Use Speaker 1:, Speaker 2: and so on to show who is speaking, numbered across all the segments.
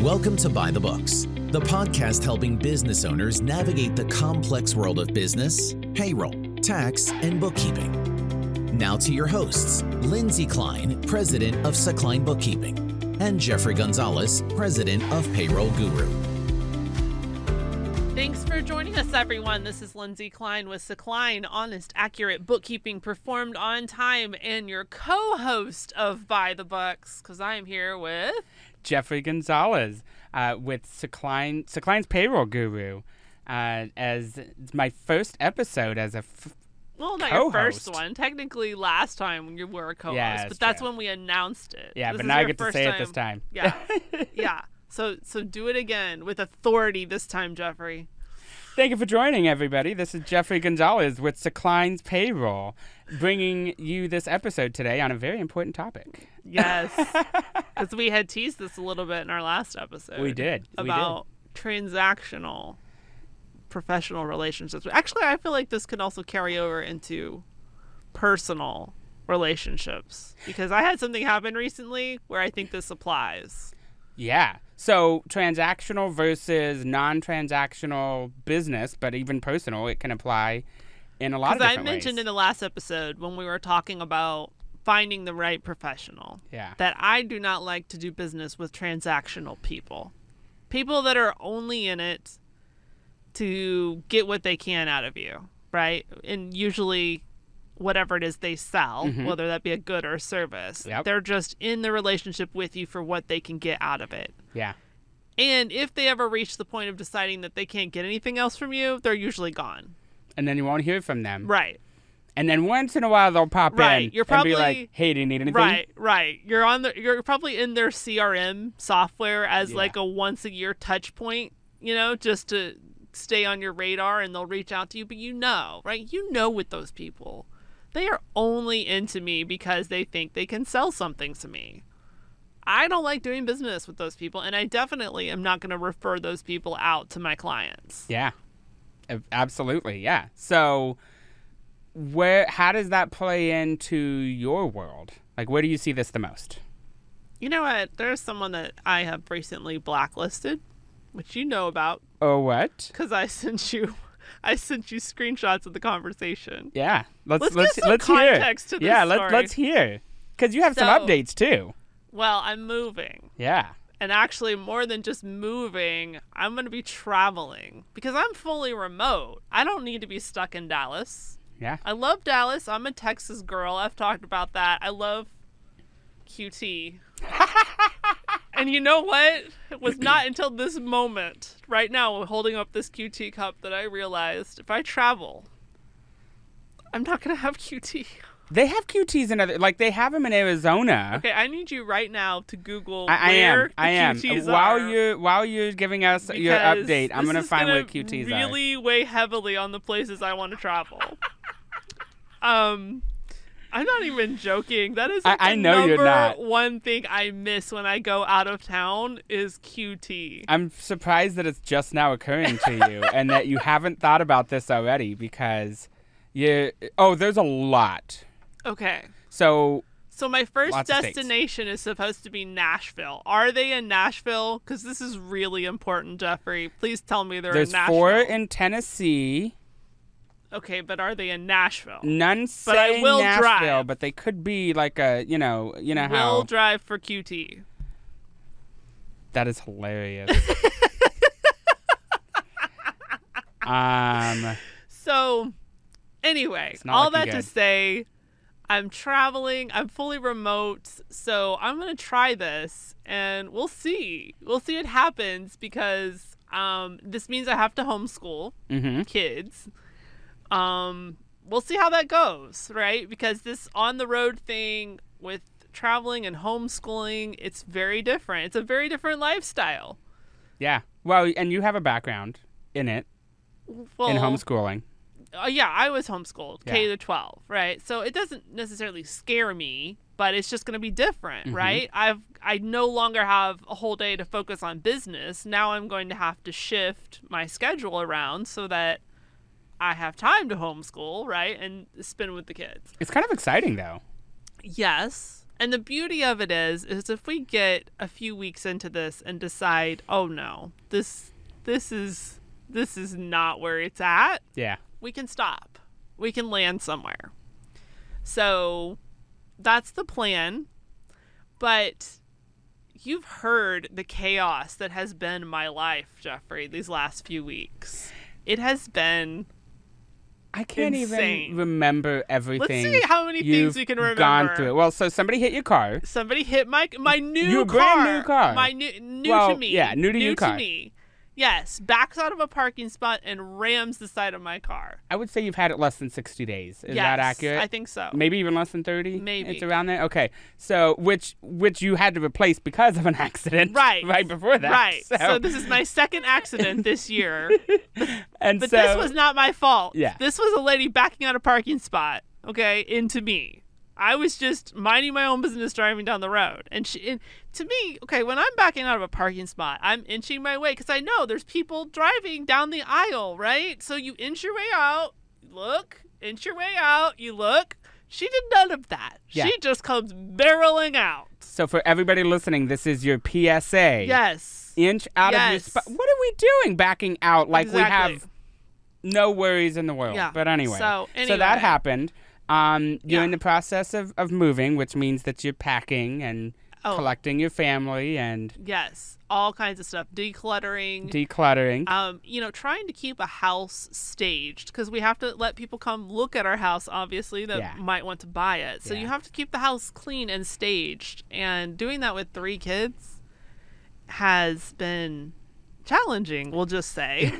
Speaker 1: Welcome to Buy the Books, the podcast helping business owners navigate the complex world of business, payroll, tax, and bookkeeping. Now to your hosts, Lindsay Klein, president of Sakline Bookkeeping, and Jeffrey Gonzalez, president of Payroll Guru.
Speaker 2: Thanks for joining us, everyone. This is Lindsay Klein with Sakline, honest, accurate bookkeeping performed on time, and your co host of Buy the Bucks, because I am here with.
Speaker 3: Jeffrey Gonzalez uh, with Secline, Secline's Payroll Guru uh, as it's my first episode as a. F-
Speaker 2: Well, not your
Speaker 3: Co-host.
Speaker 2: first one. Technically, last time you were a co host,
Speaker 3: Yeah, that's
Speaker 2: but that's
Speaker 3: true.
Speaker 2: when we announced it.
Speaker 3: yeah,
Speaker 2: This
Speaker 3: but
Speaker 2: is
Speaker 3: now I
Speaker 2: your
Speaker 3: get to
Speaker 2: first
Speaker 3: say it this time.
Speaker 2: Yeah. yeah. So, so do it again with authority this time, Jeffrey.
Speaker 3: Thank you for joining, everybody. This is Jeffrey Gonzalez with Secline's Payroll, bringing you this episode today on a very important topic.
Speaker 2: Yes. Because we had teased this a little bit in our last episode.
Speaker 3: We did. We did.
Speaker 2: About transactional professional relationships. Actually, I feel like this can also carry over into personal relationships because I had something happen recently where I think this applies.
Speaker 3: Yeah. So transactional versus non-transactional business, but even personal, it can apply in a lot of
Speaker 2: Because I
Speaker 3: different
Speaker 2: mentioned
Speaker 3: ways.
Speaker 2: in the last episode when we were talking about finding the right professional
Speaker 3: Yeah.
Speaker 2: that I do not like to do business with transactional people. People that are only in it to get what they can out of you, right? And usually whatever it is they sell, whether that be a good or a service,
Speaker 3: Mm-hmm. Yep.
Speaker 2: they're just in the relationship with you for what they can get out of it.
Speaker 3: yeah.
Speaker 2: And if they ever reach the point of deciding that they can't get anything else from you, they're usually gone.
Speaker 3: And then you won't hear from them.
Speaker 2: Right.
Speaker 3: And then once in a while they'll pop
Speaker 2: Right,
Speaker 3: in
Speaker 2: you're
Speaker 3: and be
Speaker 2: probably-
Speaker 3: like, "Hey, do you need anything?"
Speaker 2: Right, right. You're on the you're probably in their CRM software as
Speaker 3: Yeah.
Speaker 2: like a once a year touch point, you know, just to stay on your radar and they'll reach out to you, but you know, right? You know with those people. They are only into me because they think they can sell something to me. I don't like doing business with those people and I definitely am not going to refer those people out to my clients.
Speaker 3: Yeah. Ab- Absolutely. Yeah. So where how does that play into your world? Like where do you see this the most?
Speaker 2: You know what? There's someone that I have recently blacklisted, which you know about.
Speaker 3: Oh, what?
Speaker 2: because I sent you, I sent you screenshots of the conversation.
Speaker 3: Yeah. Let's
Speaker 2: Let's
Speaker 3: let's
Speaker 2: give
Speaker 3: let's,
Speaker 2: some
Speaker 3: hear.
Speaker 2: context to this
Speaker 3: yeah,
Speaker 2: story.
Speaker 3: let's let's hear. Cuz you have some
Speaker 2: So-
Speaker 3: updates too.
Speaker 2: Well, I'm moving,
Speaker 3: Yeah.
Speaker 2: and actually, more than just moving, I'm going to be traveling because I'm fully remote. I don't need to be stuck in Dallas.
Speaker 3: Yeah.
Speaker 2: I love Dallas. I'm a Texas girl. I've talked about that. I love QT. and you know what? It was not until this moment, right now, holding up this QT cup, that I realized if I travel, I'm not going to have QT.
Speaker 3: They have QTs in other like they have them in Arizona.
Speaker 2: Okay, I need you right now to Google
Speaker 3: I, I
Speaker 2: where
Speaker 3: am. I am.
Speaker 2: the QTs
Speaker 3: While
Speaker 2: are.
Speaker 3: you're while you're giving us your
Speaker 2: because
Speaker 3: update,
Speaker 2: this
Speaker 3: I'm gonna
Speaker 2: is
Speaker 3: find where
Speaker 2: gonna
Speaker 3: QTs
Speaker 2: really
Speaker 3: are.
Speaker 2: weigh heavily on the places I want to travel. um, I'm not even joking. That is
Speaker 3: I-
Speaker 2: like
Speaker 3: I
Speaker 2: the
Speaker 3: know you're
Speaker 2: number
Speaker 3: not.
Speaker 2: One thing I miss when I go out of town is QT.
Speaker 3: I'm surprised that it's just now occurring to you and that you haven't thought about this already because you oh, there's a lot.
Speaker 2: Okay.
Speaker 3: So
Speaker 2: So my first
Speaker 3: Lots of states.
Speaker 2: destination is supposed to be Nashville. Are they in Nashville? Because this is really important, Jeffrey. Please tell me they're
Speaker 3: there's
Speaker 2: in Nashville.
Speaker 3: four in Tennessee.
Speaker 2: okay, but are they in Nashville?
Speaker 3: None
Speaker 2: But I
Speaker 3: say
Speaker 2: will
Speaker 3: Nashville,
Speaker 2: drive.
Speaker 3: but they could be like a you know you know
Speaker 2: Will
Speaker 3: how
Speaker 2: drive for QT.
Speaker 3: that is hilarious. um
Speaker 2: So, anyway,
Speaker 3: not
Speaker 2: all that
Speaker 3: looking
Speaker 2: to
Speaker 3: good.
Speaker 2: say, I'm traveling. I'm fully remote, so I'm gonna try this, and we'll see. We'll see what happens because um, this means I have to homeschool
Speaker 3: mhm.
Speaker 2: kids. Um, we'll see how that goes, right? Because this on the road thing with traveling and homeschooling, it's very different. It's a very different lifestyle.
Speaker 3: Yeah. Well, and you have a background in it
Speaker 2: Well,
Speaker 3: in homeschooling.
Speaker 2: uh, yeah, I was homeschooled, K
Speaker 3: Yeah.
Speaker 2: to 12, right? So it doesn't necessarily scare me, but it's just going to be different, right? I've I no longer have a whole day to focus on business. Now I'm going to have to shift my schedule around so that I have time to homeschool, right? And spend with the kids.
Speaker 3: It's kind of exciting though.
Speaker 2: Yes. And the beauty of it is, is if we get a few weeks into this and decide, oh no, this this is this is not where it's at,
Speaker 3: Yeah.
Speaker 2: we can stop. We can land somewhere. So that's the plan. But you've heard the chaos that has been my life, Jeffrey, these last few weeks. It has been
Speaker 3: I can't
Speaker 2: Insane.
Speaker 3: even remember everything.
Speaker 2: see how many things
Speaker 3: you've
Speaker 2: we can
Speaker 3: Gone
Speaker 2: remember.
Speaker 3: through. Well, so somebody hit your car.
Speaker 2: somebody hit my my new
Speaker 3: Your
Speaker 2: car.
Speaker 3: brand new car.
Speaker 2: My new new to
Speaker 3: Well,
Speaker 2: me.
Speaker 3: yeah, new to
Speaker 2: new
Speaker 3: your car.
Speaker 2: me. Yes, backs out of a parking spot and rams the side of my car.
Speaker 3: I would say you've had it less than 60 days. Is
Speaker 2: yes,
Speaker 3: that accurate?
Speaker 2: I think so.
Speaker 3: Maybe even less than 30?
Speaker 2: Maybe.
Speaker 3: It's around there. Okay. So, which which you had to replace because of an accident
Speaker 2: Right.
Speaker 3: right before that.
Speaker 2: Right.
Speaker 3: So,
Speaker 2: so this is my second accident this year.
Speaker 3: and
Speaker 2: But
Speaker 3: so,
Speaker 2: this was not my fault.
Speaker 3: Yeah.
Speaker 2: This was a lady backing out a parking spot, okay, into me. I was just minding my own business driving down the road. And, she, and to me, okay, when I'm backing out of a parking spot, I'm inching my way because I know there's people driving down the aisle, right? So you inch your way out, look, inch your way out, you look. She did none of that.
Speaker 3: Yeah.
Speaker 2: She just comes barreling out.
Speaker 3: so for everybody listening, this is your PSA.
Speaker 2: Yes.
Speaker 3: Inch out of your
Speaker 2: Yes.
Speaker 3: spot. What are we doing backing out like we
Speaker 2: Exactly.
Speaker 3: have no worries in the world.
Speaker 2: Yeah.
Speaker 3: But anyway.
Speaker 2: So,
Speaker 3: that
Speaker 2: anyway.
Speaker 3: happened. Um, you're
Speaker 2: Yeah.
Speaker 3: in the process of, of moving, which means that you're packing and
Speaker 2: Oh.
Speaker 3: collecting your family and
Speaker 2: Yes. All kinds of stuff. Decluttering.
Speaker 3: decluttering.
Speaker 2: um, you know, trying to keep a house staged because we have to let people come look at our house, obviously, that
Speaker 3: Yeah.
Speaker 2: might want to buy it. So
Speaker 3: Yeah.
Speaker 2: you have to keep the house clean and staged. And doing that with three kids has been challenging, we'll just say.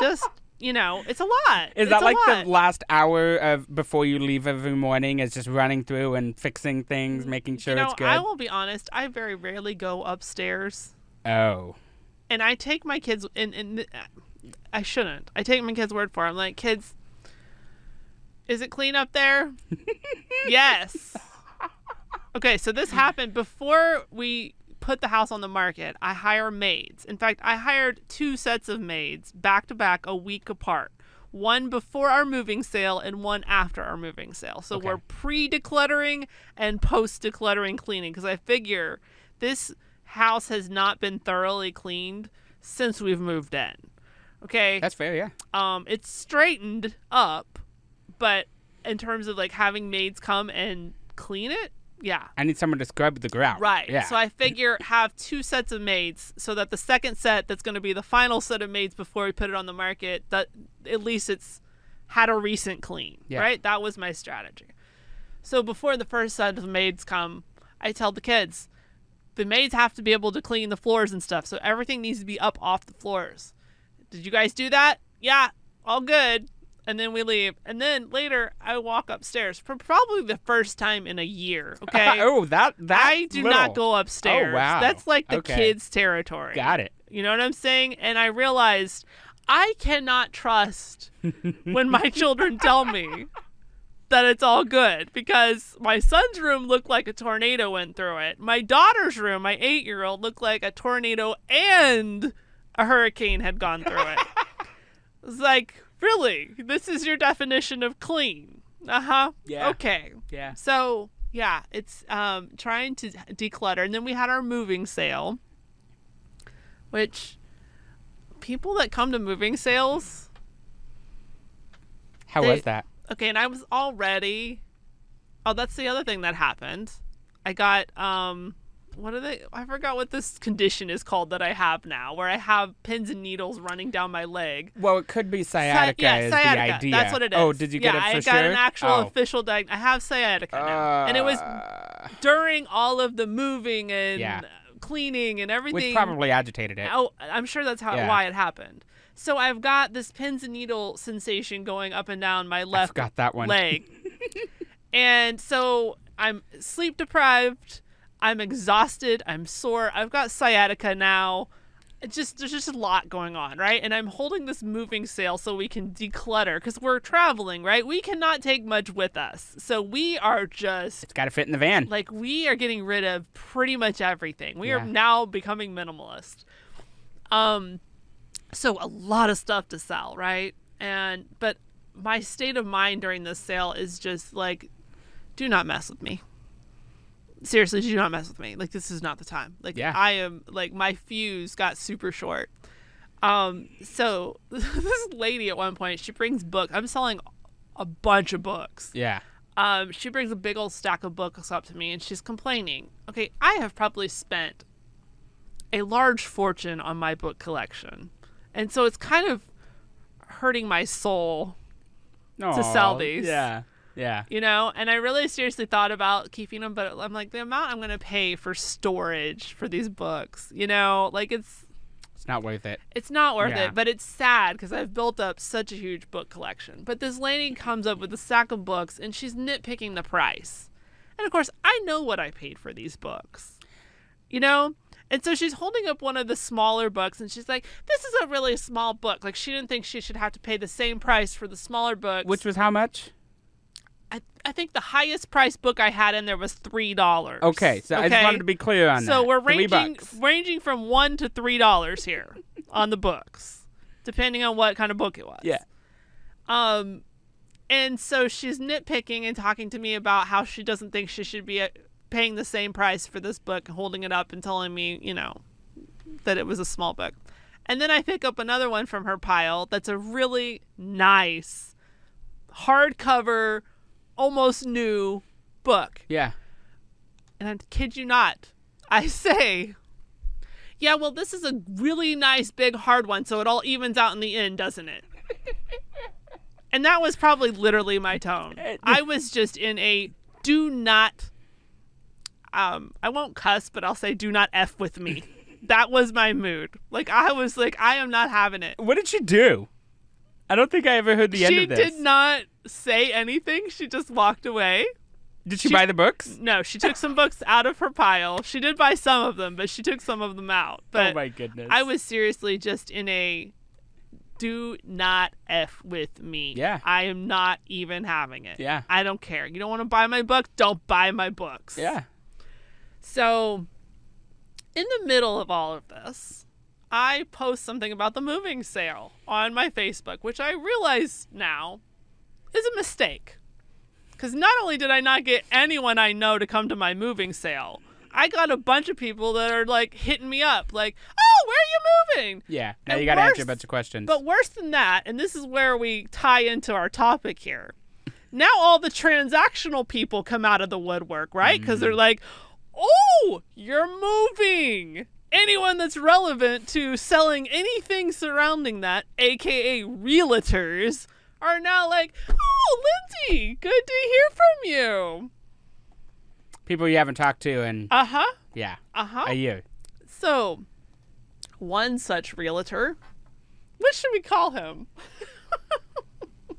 Speaker 2: just, you know, it's a lot.
Speaker 3: Is
Speaker 2: It's
Speaker 3: that
Speaker 2: a
Speaker 3: like
Speaker 2: lot.
Speaker 3: the last hour of before you leave every morning is just running through and fixing things, making sure
Speaker 2: Mm, you know,
Speaker 3: it's good?
Speaker 2: I will be honest, I very rarely go upstairs.
Speaker 3: Oh.
Speaker 2: and I take my kids and and uh, I shouldn't. I take my kids' word for. It. I'm like, kids, is it clean up there? yes. Okay, so this happened before we put the house on the market. I hire maids. In fact, I hired two sets of maids back to back a week apart. One before our moving sale and one after our moving sale. So we're pre decluttering and post decluttering cleaning because I figure this house has not been thoroughly cleaned since we've moved in. Okay.
Speaker 3: That's fair, yeah.
Speaker 2: Um, it's straightened up, but in terms of like having maids come and clean it, yeah,
Speaker 3: I need someone to scrub the grout.
Speaker 2: right.
Speaker 3: Yeah.
Speaker 2: So I figure have two sets of maids so that the second set that's going to be the final set of maids before we put it on the market, that at least it's had a recent clean,
Speaker 3: Yeah.
Speaker 2: right? That was my strategy. So before the first set of maids come, I tell the kids, the maids have to be able to clean the floors and stuff. So everything needs to be up off the floors. Did you guys do that? Yeah, all good. And then we leave. And then later, I walk upstairs for probably the first time in a year. Okay.
Speaker 3: oh, that that
Speaker 2: I do not
Speaker 3: little.
Speaker 2: go upstairs.
Speaker 3: Oh, wow.
Speaker 2: That's like the
Speaker 3: Okay.
Speaker 2: kids' territory.
Speaker 3: Got it.
Speaker 2: You know what I'm saying? And I realized I cannot trust when my children tell me that it's all good because my son's room looked like a tornado went through it. My daughter's room, my eight year old, looked like a tornado and a hurricane had gone through it. It's like, really? This is your definition of clean. Uh huh.
Speaker 3: Yeah.
Speaker 2: Okay.
Speaker 3: Yeah.
Speaker 2: So yeah, it's um, trying to declutter, and then we had our moving sale, which people that come to moving sales,
Speaker 3: How
Speaker 2: They-
Speaker 3: was that?
Speaker 2: okay, and I was already. Oh, that's the other thing that happened. I got um, what are they? I forgot what this condition is called that I have now, where I have pins and needles running down my leg.
Speaker 3: Well, it could be sciatica.
Speaker 2: Sci-
Speaker 3: is
Speaker 2: sciatica.
Speaker 3: the idea.
Speaker 2: That's what it is.
Speaker 3: Oh, did you get
Speaker 2: yeah,
Speaker 3: it for
Speaker 2: I
Speaker 3: sure?
Speaker 2: got an actual
Speaker 3: oh.
Speaker 2: official diagnosis. I have sciatica now, and it was
Speaker 3: Uh,
Speaker 2: during all of the moving and
Speaker 3: Yeah.
Speaker 2: cleaning and everything.
Speaker 3: which probably agitated it.
Speaker 2: Oh, I'm sure that's how
Speaker 3: Yeah.
Speaker 2: why it happened. So I've got this pins and needle sensation going up and down my left
Speaker 3: forgot that one.
Speaker 2: leg, and so I'm sleep deprived. I'm exhausted. I'm sore. I've got sciatica now. It just there's just a lot going on, right? And I'm holding this moving sale so we can declutter because we're traveling, right? We cannot take much with us, so we are just
Speaker 3: It's got to fit in the van.
Speaker 2: like we are getting rid of pretty much everything. We
Speaker 3: Yeah.
Speaker 2: are now becoming minimalist. Um so a lot of stuff to sell, right? And but my state of mind during this sale is just like do not mess with me. seriously, do not mess with me. Like this is not the time. Like
Speaker 3: Yeah.
Speaker 2: I am like my fuse got super short. Um, so this lady at one point she brings book. I'm selling a bunch of books.
Speaker 3: Yeah.
Speaker 2: Um, she brings a big old stack of books up to me and she's complaining. Okay, I have probably spent a large fortune on my book collection, and so it's kind of hurting my soul
Speaker 3: No.
Speaker 2: sell these.
Speaker 3: Yeah. Yeah.
Speaker 2: you know and i really seriously thought about keeping them but i'm like the amount i'm going to pay for storage for these books you know like it's
Speaker 3: It's not worth it.
Speaker 2: it's not worth
Speaker 3: Yeah.
Speaker 2: it but it's sad because i've built up such a huge book collection but this lady comes up with a stack of books and she's nitpicking the price and of course i know what i paid for these books you know and so she's holding up one of the smaller books and she's like this is a really small book like she didn't think she should have to pay the same price for the smaller books
Speaker 3: Which was how much?
Speaker 2: I, I think the highest price book I had in there was three dollars.
Speaker 3: Okay. So I just wanted to be clear on that.
Speaker 2: So we're
Speaker 3: Three
Speaker 2: ranging
Speaker 3: bucks.
Speaker 2: ranging from one to three dollars here on the books, depending on what kind of book it was.
Speaker 3: Yeah.
Speaker 2: Um, and so she's nitpicking and talking to me about how she doesn't think she should be uh, paying the same price for this book, holding it up and telling me, you know, that it was a small book. And then I pick up another one from her pile that's a really nice hardcover, almost new book.
Speaker 3: Yeah.
Speaker 2: And I kid you not, I say, Yeah, well, this is a really nice, big, hard one, so it all evens out in the end, doesn't it? and that was probably literally my tone. I was just in a do not, um, I won't cuss, but I'll say do not F with me. That was my mood. Like, I was like, I am not having it.
Speaker 3: What did she do? I don't think I ever heard the end
Speaker 2: She
Speaker 3: of this.
Speaker 2: did not say anything. She just walked away.
Speaker 3: Did she, buy the books?
Speaker 2: No, she took some books out of her pile. She did buy some of them, but she took some of them out. But
Speaker 3: oh my goodness.
Speaker 2: I was seriously just in a do not F with me.
Speaker 3: Yeah.
Speaker 2: I am not even having it.
Speaker 3: Yeah.
Speaker 2: I don't care. You don't want to buy my book? Don't buy my books.
Speaker 3: Yeah.
Speaker 2: So, in the middle of all of this, I post something about the moving sale on my Facebook, which I realize now is a mistake. Because not only did I not get anyone I know to come to my moving sale, I got a bunch of people that are like hitting me up, like, oh, where are you moving?
Speaker 3: Yeah. Now
Speaker 2: And
Speaker 3: you got to answer a
Speaker 2: worse-
Speaker 3: bunch of questions.
Speaker 2: But worse than that, and this is where we tie into our topic here. Now all the transactional people come out of the woodwork, right? Because they're like, "Oh, you're moving." Anyone that's relevant to selling anything surrounding that, aka realtors, are now like, "Oh, Lindsay, good to hear from you."
Speaker 3: People you haven't talked to in,
Speaker 2: Uh huh.
Speaker 3: yeah,
Speaker 2: Uh huh.
Speaker 3: a year.
Speaker 2: So, one such realtor, what should we call him?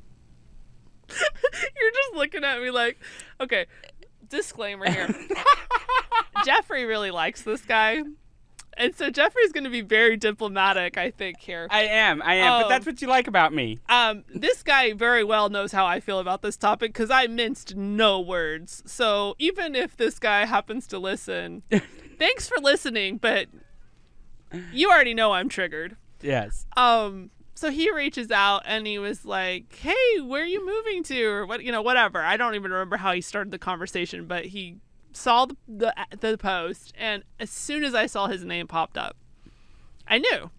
Speaker 2: You're just looking at me like, okay, disclaimer here. Jeffrey really likes this guy. And so Jeffrey's going to be very diplomatic, I think, here.
Speaker 3: I am. I am. But
Speaker 2: Oh.
Speaker 3: that's what you like about me.
Speaker 2: Um, this guy very well knows how I feel about this topic because I minced no words. So even if this guy happens to listen, thanks for listening, but you already know I'm triggered.
Speaker 3: Yes.
Speaker 2: Um, so he reaches out and he was like, "Hey, where are you moving to?" Or what, you know, whatever. I don't even remember how he started the conversation, but he saw the the, the post, and as soon as I saw his name popped up, I knew.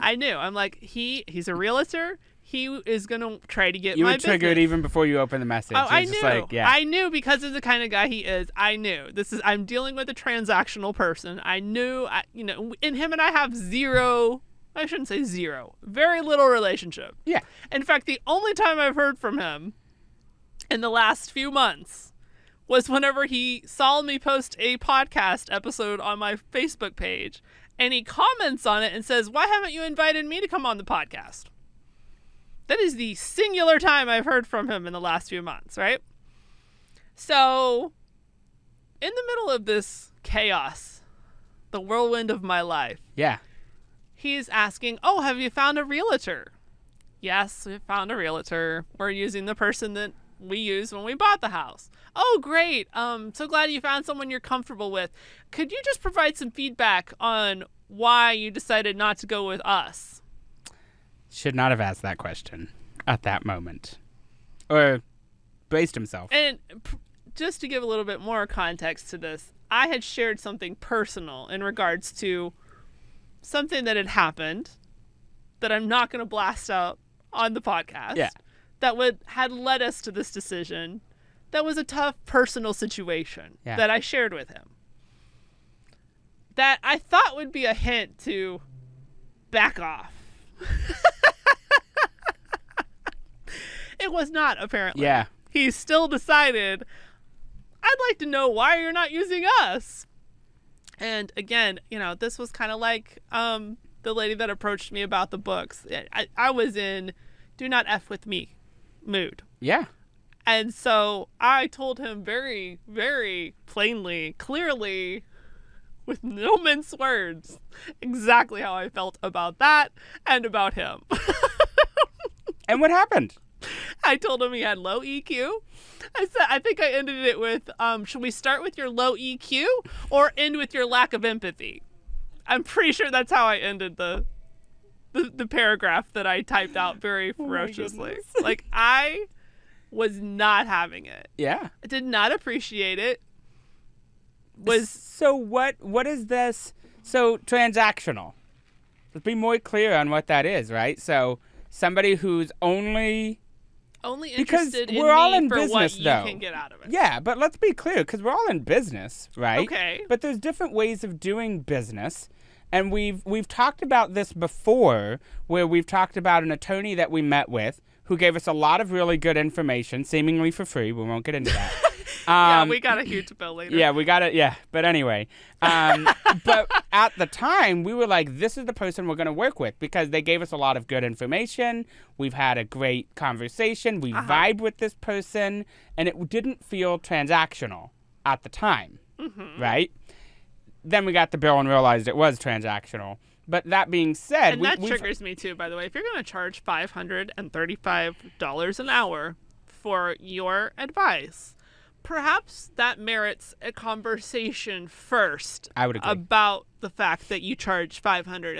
Speaker 2: I knew. I'm like, he he's a realtor. He is gonna try to get
Speaker 3: You
Speaker 2: my
Speaker 3: were triggered
Speaker 2: business.
Speaker 3: even before you opened the message.
Speaker 2: Oh,
Speaker 3: It
Speaker 2: I
Speaker 3: was
Speaker 2: knew.
Speaker 3: just like, yeah.
Speaker 2: I knew because of the kind of guy he is. I knew this is. I'm dealing with a transactional person. I knew. I, you know, in him and I have zero. I shouldn't say zero. Very little relationship.
Speaker 3: yeah.
Speaker 2: In fact, the only time I've heard from him in the last few months was whenever he saw me post a podcast episode on my Facebook page, and he comments on it and says, "Why haven't you invited me to come on the podcast?" That is the singular time I've heard from him in the last few months, right? So, in the middle of this chaos, the whirlwind of my life,
Speaker 3: Yeah.
Speaker 2: he's asking, "Oh, have you found a realtor?" Yes, we found a realtor. We're using the person that we used when we bought the house. Oh, great. Um so glad you found someone you're comfortable with. Could you just provide some feedback on why you decided not to go with us?
Speaker 3: Should not have asked that question at that moment. Or braced himself.
Speaker 2: And p- just to give a little bit more context to this, I had shared something personal in regards to something that had happened that I'm not going to blast out on the podcast.
Speaker 3: Yeah.
Speaker 2: That would had led us to this decision. That was a tough personal situation
Speaker 3: Yeah.
Speaker 2: that I shared with him. That I thought would be a hint to back off. it was not apparently.
Speaker 3: Yeah.
Speaker 2: He still decided I'd like to know why you're not using us. And again, you know, this was kind of like um, the lady that approached me about the books. I, I was in do not F with me mood.
Speaker 3: Yeah.
Speaker 2: And so I told him very, very plainly, clearly, with no mince words, exactly how I felt about that and about him.
Speaker 3: And what happened?
Speaker 2: I told him he had low EQ. I said, I think I ended it with, um, should we start with your low EQ or end with your lack of empathy? I'm pretty sure that's how I ended the the, the paragraph that I typed out very
Speaker 3: Oh
Speaker 2: ferociously. like I was not having it.
Speaker 3: Yeah.
Speaker 2: I did not appreciate it. Was
Speaker 3: so what what is this so transactional let's be more clear on what that is right so somebody who's only
Speaker 2: only
Speaker 3: because
Speaker 2: interested in
Speaker 3: we're all
Speaker 2: me
Speaker 3: in
Speaker 2: for
Speaker 3: business,
Speaker 2: what
Speaker 3: though.
Speaker 2: you can get out of it.
Speaker 3: yeah but let's be clear because we're all in business right
Speaker 2: Okay.
Speaker 3: but there's different ways of doing business and we've we've talked about this before where we've talked about an attorney that we met with who gave us a lot of really good information seemingly for free we won't get into that
Speaker 2: Yeah,
Speaker 3: Um,
Speaker 2: we got a huge bill later.
Speaker 3: yeah, we got it. Yeah, but anyway, um, but at the time we were like, this is the person we're going to work with because they gave us a lot of good information. We've had a great conversation. We
Speaker 2: Uh-huh.
Speaker 3: vibe with this person, and it didn't feel transactional at the time,
Speaker 2: Mm-hmm.
Speaker 3: right? Then we got the bill and realized it was transactional. But that being said,
Speaker 2: And
Speaker 3: we,
Speaker 2: that
Speaker 3: we've-
Speaker 2: triggers me too, by the way. If you're going to charge $535 an hour for your advice, perhaps that merits a conversation first
Speaker 3: I would agree.
Speaker 2: about the fact that you charge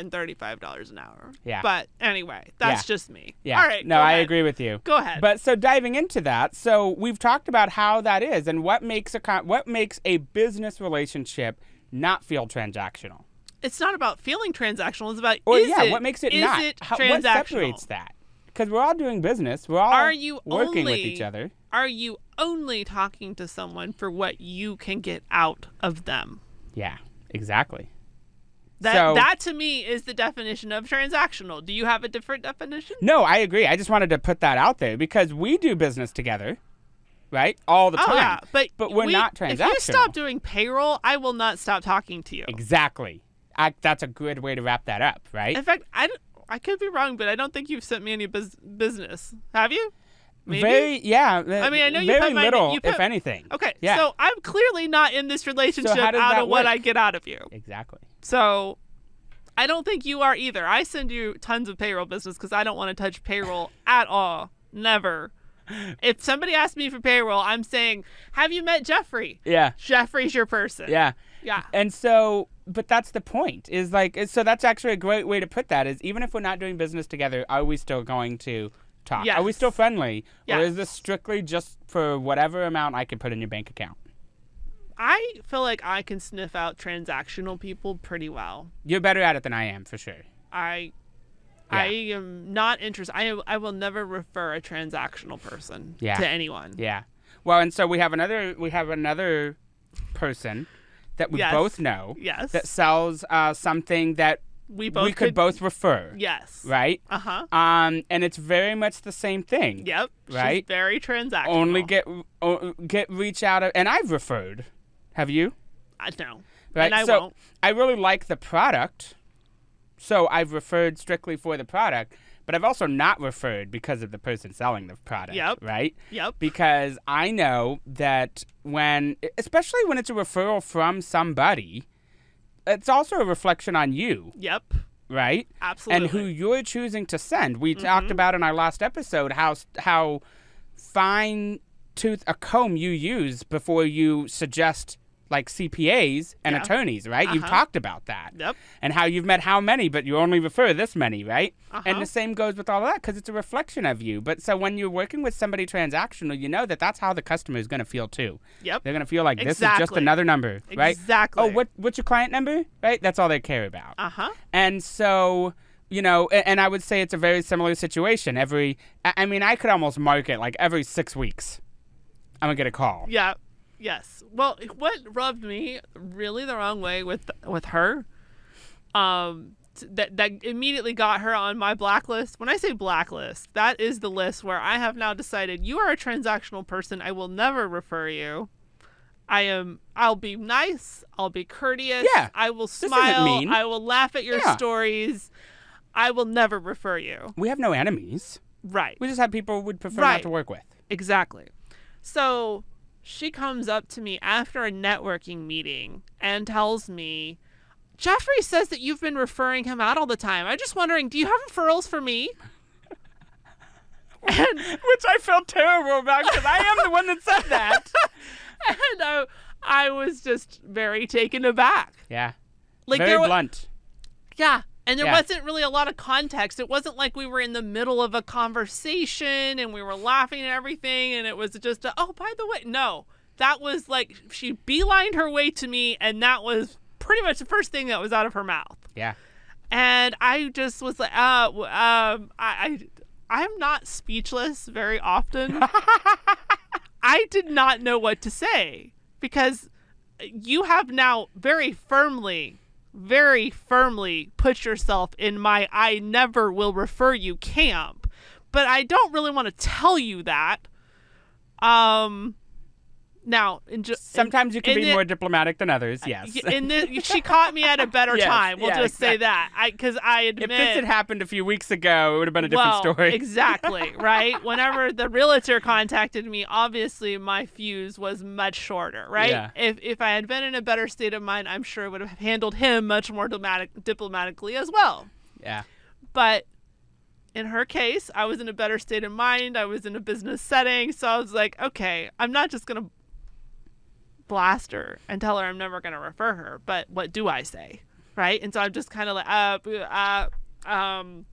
Speaker 2: $535 an hour.
Speaker 3: Yeah.
Speaker 2: But anyway, that's
Speaker 3: Yeah.
Speaker 2: just me.
Speaker 3: Yeah.
Speaker 2: All right.
Speaker 3: No,
Speaker 2: go
Speaker 3: I
Speaker 2: ahead.
Speaker 3: agree with you.
Speaker 2: Go ahead.
Speaker 3: But so diving into that, so we've talked about how that is and what makes a con- what makes a business relationship not feel transactional.
Speaker 2: It's not about feeling transactional. It's about
Speaker 3: Or
Speaker 2: is
Speaker 3: yeah,
Speaker 2: it,
Speaker 3: what makes it
Speaker 2: is
Speaker 3: not?
Speaker 2: it
Speaker 3: How-
Speaker 2: transactional?
Speaker 3: What separates that? Because we're all doing business. We're all
Speaker 2: Are you
Speaker 3: working with
Speaker 2: only-
Speaker 3: each other.
Speaker 2: Are you only talking to someone for what you can get out of them?
Speaker 3: Yeah, exactly.
Speaker 2: That
Speaker 3: So-
Speaker 2: that to me is the definition of transactional. Do you have a different definition?
Speaker 3: No, I agree. I just wanted to put that out there because we do business together, right? All the
Speaker 2: Oh
Speaker 3: time.
Speaker 2: yeah, but
Speaker 3: but we're
Speaker 2: we-
Speaker 3: not transactional.
Speaker 2: If you stop doing payroll, I will not stop talking to you.
Speaker 3: exactly. I, that's a good way to wrap that up, right?
Speaker 2: In fact, I don't- I could be wrong, but I don't think you've sent me any bus- business. Have you? Maybe?
Speaker 3: Very, yeah. uh,
Speaker 2: I mean, I know you
Speaker 3: very
Speaker 2: put my-
Speaker 3: little,
Speaker 2: you
Speaker 3: if
Speaker 2: put-
Speaker 3: anything.
Speaker 2: Okay,
Speaker 3: Yeah.
Speaker 2: so I'm clearly not in this relationship
Speaker 3: does
Speaker 2: out
Speaker 3: that
Speaker 2: of what
Speaker 3: work?
Speaker 2: I get out of you.
Speaker 3: exactly.
Speaker 2: So I don't think you are either. I send you tons of payroll business because I don't want to touch payroll at all. Never. If somebody asks me for payroll, I'm saying, Have you met Jeffrey?
Speaker 3: Yeah.
Speaker 2: Jeffrey's your person.
Speaker 3: Yeah.
Speaker 2: Yeah.
Speaker 3: And so, but that's the point. Is like, so that's actually a great way to put that. Is even if we're not doing business together, are we still going to talk? Are we
Speaker 2: Yes.
Speaker 3: still friendly, or
Speaker 2: Yes.
Speaker 3: is this strictly just for whatever amount I can put in your bank account?
Speaker 2: I feel like I can sniff out transactional people pretty well.
Speaker 3: You're better at it than I am, for sure.
Speaker 2: I
Speaker 3: Yeah.
Speaker 2: I am not interested. I am, I will never refer a transactional person
Speaker 3: Yeah.
Speaker 2: to anyone.
Speaker 3: Yeah. Well, and so we have another we have another person that we
Speaker 2: Yes.
Speaker 3: both know
Speaker 2: Yes.
Speaker 3: that sells uh, something that
Speaker 2: We both
Speaker 3: we could,
Speaker 2: could-
Speaker 3: both refer.
Speaker 2: Yes.
Speaker 3: Right.
Speaker 2: Uh-huh.
Speaker 3: Um, and it's very much the same thing.
Speaker 2: Yep.
Speaker 3: Right.
Speaker 2: She's very transactional.
Speaker 3: Only get o- get reach out of, and I've referred. Have you?
Speaker 2: I know.
Speaker 3: Right.
Speaker 2: And I
Speaker 3: so
Speaker 2: won't.
Speaker 3: I really like the product, so I've referred strictly for the product. But I've also not referred because of the person selling the product.
Speaker 2: Yep.
Speaker 3: Right.
Speaker 2: Yep.
Speaker 3: Because I know that when, e, especially when it's a referral from somebody, it's also a reflection on you
Speaker 2: Yep.
Speaker 3: right? And who
Speaker 2: Absolutely. Mm-hmm.
Speaker 3: you're choosing to send. We talked about in our last episode how uh, how fine tooth a comb you use before you suggest like CPAs and
Speaker 2: Yeah.
Speaker 3: attorneys, right? You've
Speaker 2: Uh-huh.
Speaker 3: talked about that.
Speaker 2: Yep.
Speaker 3: And how you've met how many, but you only refer this many, right? And
Speaker 2: Uh-huh.
Speaker 3: the same goes with all of that because it's a reflection of you. But so when you're working with somebody transactional, you know that that's how the customer is going to feel too.
Speaker 2: Yep.
Speaker 3: They're going to feel like this is just
Speaker 2: Exactly.
Speaker 3: another number, right? Oh,
Speaker 2: Exactly.
Speaker 3: what what's your client number? Right? That's all they care about.
Speaker 2: Uh huh.
Speaker 3: And so, you know, a- and I would say it's a very similar situation. Every, I I mean, I could almost market like every six weeks, I'm gonna get a call.
Speaker 2: Yeah. Yes. Well, what rubbed me really the wrong way with with her, um, t- that that immediately got her on my blacklist. When I say blacklist, that is the list where I have now decided you are a transactional person. I will never refer you. I am. I'll be nice. I'll be courteous.
Speaker 3: Yeah.
Speaker 2: I will
Speaker 3: isn't
Speaker 2: smile.
Speaker 3: mean.
Speaker 2: I will laugh at your
Speaker 3: Yeah.
Speaker 2: stories. I will never refer you.
Speaker 3: We have no enemies.
Speaker 2: Right.
Speaker 3: We just have people we'd prefer not
Speaker 2: Right.
Speaker 3: to work with.
Speaker 2: Exactly. So she comes up to me after a networking meeting and tells me, Jeffrey says that you've been referring him out all the time. I'm just wondering, do you have referrals for me? and
Speaker 3: Which I felt terrible about because I am the one that said that.
Speaker 2: and I, I was just very taken aback.
Speaker 3: Yeah.
Speaker 2: Like
Speaker 3: very
Speaker 2: there was
Speaker 3: blunt.
Speaker 2: yeah, and there
Speaker 3: Yeah.
Speaker 2: wasn't really a lot of context. It wasn't like we were in the middle of a conversation and we were laughing and everything, and it was just a, oh by the way, no, that was like she beelined her way to me, and that was pretty much the first thing that was out of her mouth.
Speaker 3: Yeah.
Speaker 2: And I just was like, uh, w- um, I, I, I'm not speechless very often. I did not know what to say because you have now very firmly, very firmly put yourself in my I never will refer you camp. But I don't really want to tell you that. Um, now, in ju- in-
Speaker 3: Sometimes you can
Speaker 2: in
Speaker 3: be
Speaker 2: the-
Speaker 3: more diplomatic than others. Yes.
Speaker 2: Y- and this, she caught me at a better
Speaker 3: Yes,
Speaker 2: time. We'll
Speaker 3: yeah,
Speaker 2: just say that. I because I
Speaker 3: if
Speaker 2: admit
Speaker 3: this had happened a few weeks ago, it would have been a different
Speaker 2: well,
Speaker 3: story.
Speaker 2: exactly right. Whenever the realtor contacted me, obviously my fuse was much shorter. Right.
Speaker 3: Yeah.
Speaker 2: If if I had been in a better state of mind, I'm sure would have handled him much more diplomatic, diplomatically as well.
Speaker 3: yeah.
Speaker 2: But in her case, I was in a better state of mind. I was in a business setting, so I was like, okay, I'm not just gonna blast her and tell her I'm never gonna refer her. But what do I say, right? And so I'm just kind of like, uh, boo, uh, um,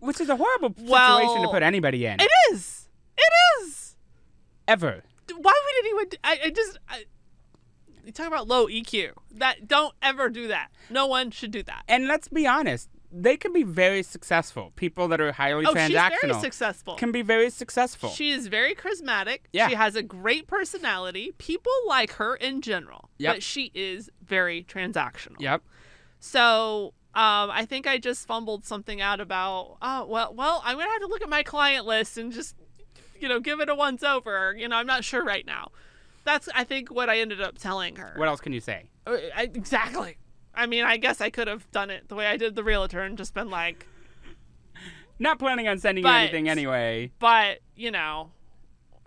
Speaker 3: Which is a horrible situation to
Speaker 2: Well,
Speaker 3: put anybody in.
Speaker 2: it is, it is.
Speaker 3: ever.
Speaker 2: Why would anyone? d- I, I just. I, you talk about low EQ. That don't ever do that. No one should do that.
Speaker 3: and let's be honest, they can be very successful. People that are highly
Speaker 2: Oh, she's
Speaker 3: transactional
Speaker 2: very successful.
Speaker 3: can be very successful.
Speaker 2: She is very charismatic.
Speaker 3: Yeah.
Speaker 2: She has a great personality. People like her in general.
Speaker 3: Yep.
Speaker 2: But she is very transactional.
Speaker 3: yep.
Speaker 2: So um, I think I just fumbled something out about, oh, well, well, I'm going to have to look at my client list and just, you know, give it a once over. You know, I'm not sure right now. That's, I think, what I ended up telling her.
Speaker 3: What else can you say?
Speaker 2: Uh, I, exactly. I mean, I guess I could have done it the way I did the realtor and just been like,
Speaker 3: Not planning on sending you
Speaker 2: But-
Speaker 3: anything anyway.
Speaker 2: but you know,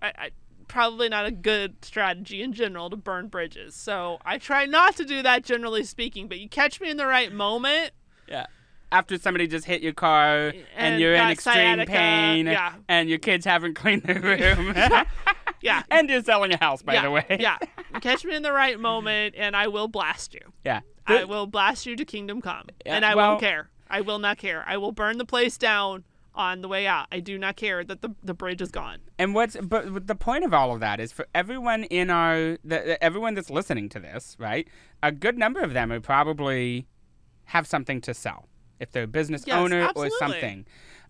Speaker 2: I, I probably not a good strategy in general to burn bridges. So I try not to do that, generally speaking. But you catch me in the right moment.
Speaker 3: Yeah. After somebody just hit your car and,
Speaker 2: And
Speaker 3: you're in
Speaker 2: got
Speaker 3: extreme
Speaker 2: sciatica,
Speaker 3: pain
Speaker 2: yeah.
Speaker 3: and your kids haven't cleaned their room.
Speaker 2: Yeah.
Speaker 3: and you're selling a house, by
Speaker 2: yeah,
Speaker 3: the way.
Speaker 2: yeah. You catch me in the right moment, and I will blast you.
Speaker 3: Yeah.
Speaker 2: I will blast you to kingdom come,
Speaker 3: Yeah,
Speaker 2: and I
Speaker 3: well-
Speaker 2: won't care. I will not care. I will burn the place down on the way out. I do not care that the the bridge is gone.
Speaker 3: And what's but but the point of all of that is for everyone in our the, everyone that's listening to this, right? A good number of them are probably have something to sell if they're a business
Speaker 2: Yes,
Speaker 3: owner or
Speaker 2: absolutely.
Speaker 3: something.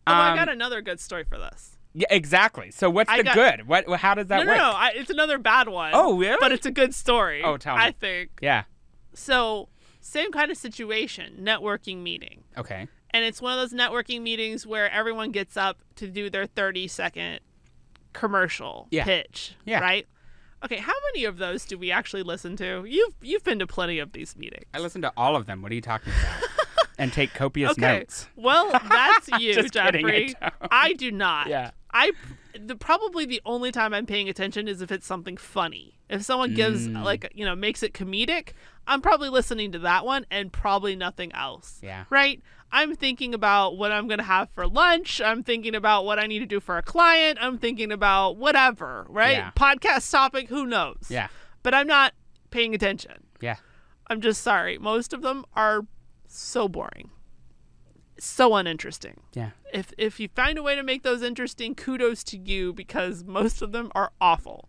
Speaker 2: Oh, I
Speaker 3: Um,
Speaker 2: got another good story for this.
Speaker 3: yeah, exactly. So what's
Speaker 2: I
Speaker 3: the
Speaker 2: got-
Speaker 3: good? What how does that
Speaker 2: No, no,
Speaker 3: work?
Speaker 2: no. I, it's another bad one.
Speaker 3: Oh, really?
Speaker 2: But it's a good story.
Speaker 3: Oh, tell
Speaker 2: I
Speaker 3: me.
Speaker 2: think.
Speaker 3: Yeah.
Speaker 2: So, same kind of situation, networking meeting.
Speaker 3: Okay.
Speaker 2: And it's one of those networking meetings where everyone gets up to do their 30 second commercial
Speaker 3: Yeah.
Speaker 2: pitch,
Speaker 3: Yeah.
Speaker 2: right? Okay, how many of those do we actually listen to? You've you've been to plenty of these meetings.
Speaker 3: I listen to all of them. What are you talking about? and take copious
Speaker 2: Okay.
Speaker 3: notes.
Speaker 2: Well, that's you,
Speaker 3: Just
Speaker 2: Jeffrey.
Speaker 3: kidding, I
Speaker 2: I, do not.
Speaker 3: Yeah.
Speaker 2: I the probably the only time I'm paying attention is if it's something funny. If someone gives
Speaker 3: Mm.
Speaker 2: like you know makes it comedic, I'm probably listening to that one and probably nothing else.
Speaker 3: Yeah.
Speaker 2: Right. I'm thinking about what I'm gonna have for lunch. I'm thinking about what I need to do for a client. I'm thinking about whatever. Right.
Speaker 3: Yeah.
Speaker 2: Podcast topic. Who knows?
Speaker 3: Yeah.
Speaker 2: But I'm not paying attention.
Speaker 3: Yeah.
Speaker 2: I'm just sorry. Most of them are so boring, so uninteresting.
Speaker 3: Yeah.
Speaker 2: If if you find a way to make those interesting, kudos to you because most of them are awful.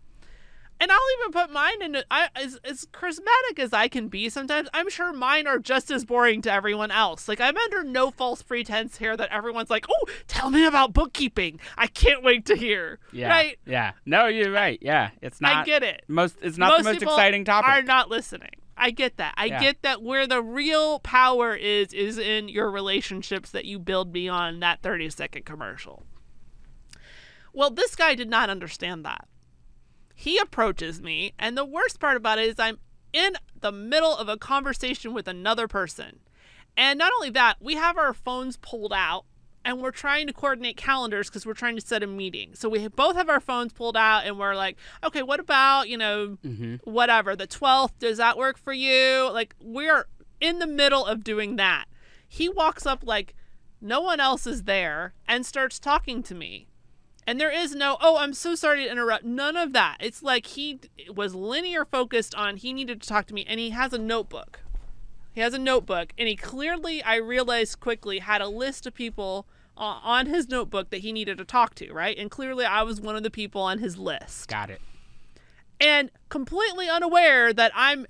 Speaker 2: And I'll even put mine in. I, as as charismatic as I can be, sometimes I'm sure mine are just as boring to everyone else. Like I'm under no false pretense here that everyone's like, "Oh, tell me about bookkeeping. I can't wait to hear."
Speaker 3: Yeah.
Speaker 2: Right?
Speaker 3: Yeah. No, you're right. Yeah. It's not
Speaker 2: I get it.
Speaker 3: most it's not
Speaker 2: Most
Speaker 3: the most
Speaker 2: people
Speaker 3: exciting topic.
Speaker 2: Are not listening. I get that. I
Speaker 3: Yeah.
Speaker 2: get that where the real power is is in your relationships that you build beyond that 30 second commercial. Well, this guy did not understand that. He approaches me, and the worst part about it is I'm in the middle of a conversation with another person. And not only that, we have our phones pulled out and we're trying to coordinate calendars because we're trying to set a meeting. So we both have our phones pulled out and we're like, okay, what about, you know, whatever, the 12th? Does that work for you? Like, we're in the middle of doing that. He walks up like no one else is there and starts talking to me. And there is no, oh, I'm so sorry to interrupt. None of that. It's like he d- was linear focused on he needed to talk to me and he has a notebook. He has a notebook and he clearly, I realized quickly, had a list of people uh, on his notebook that he needed to talk to, right? And clearly I was one of the people on his list.
Speaker 3: Got it.
Speaker 2: And completely unaware that I'm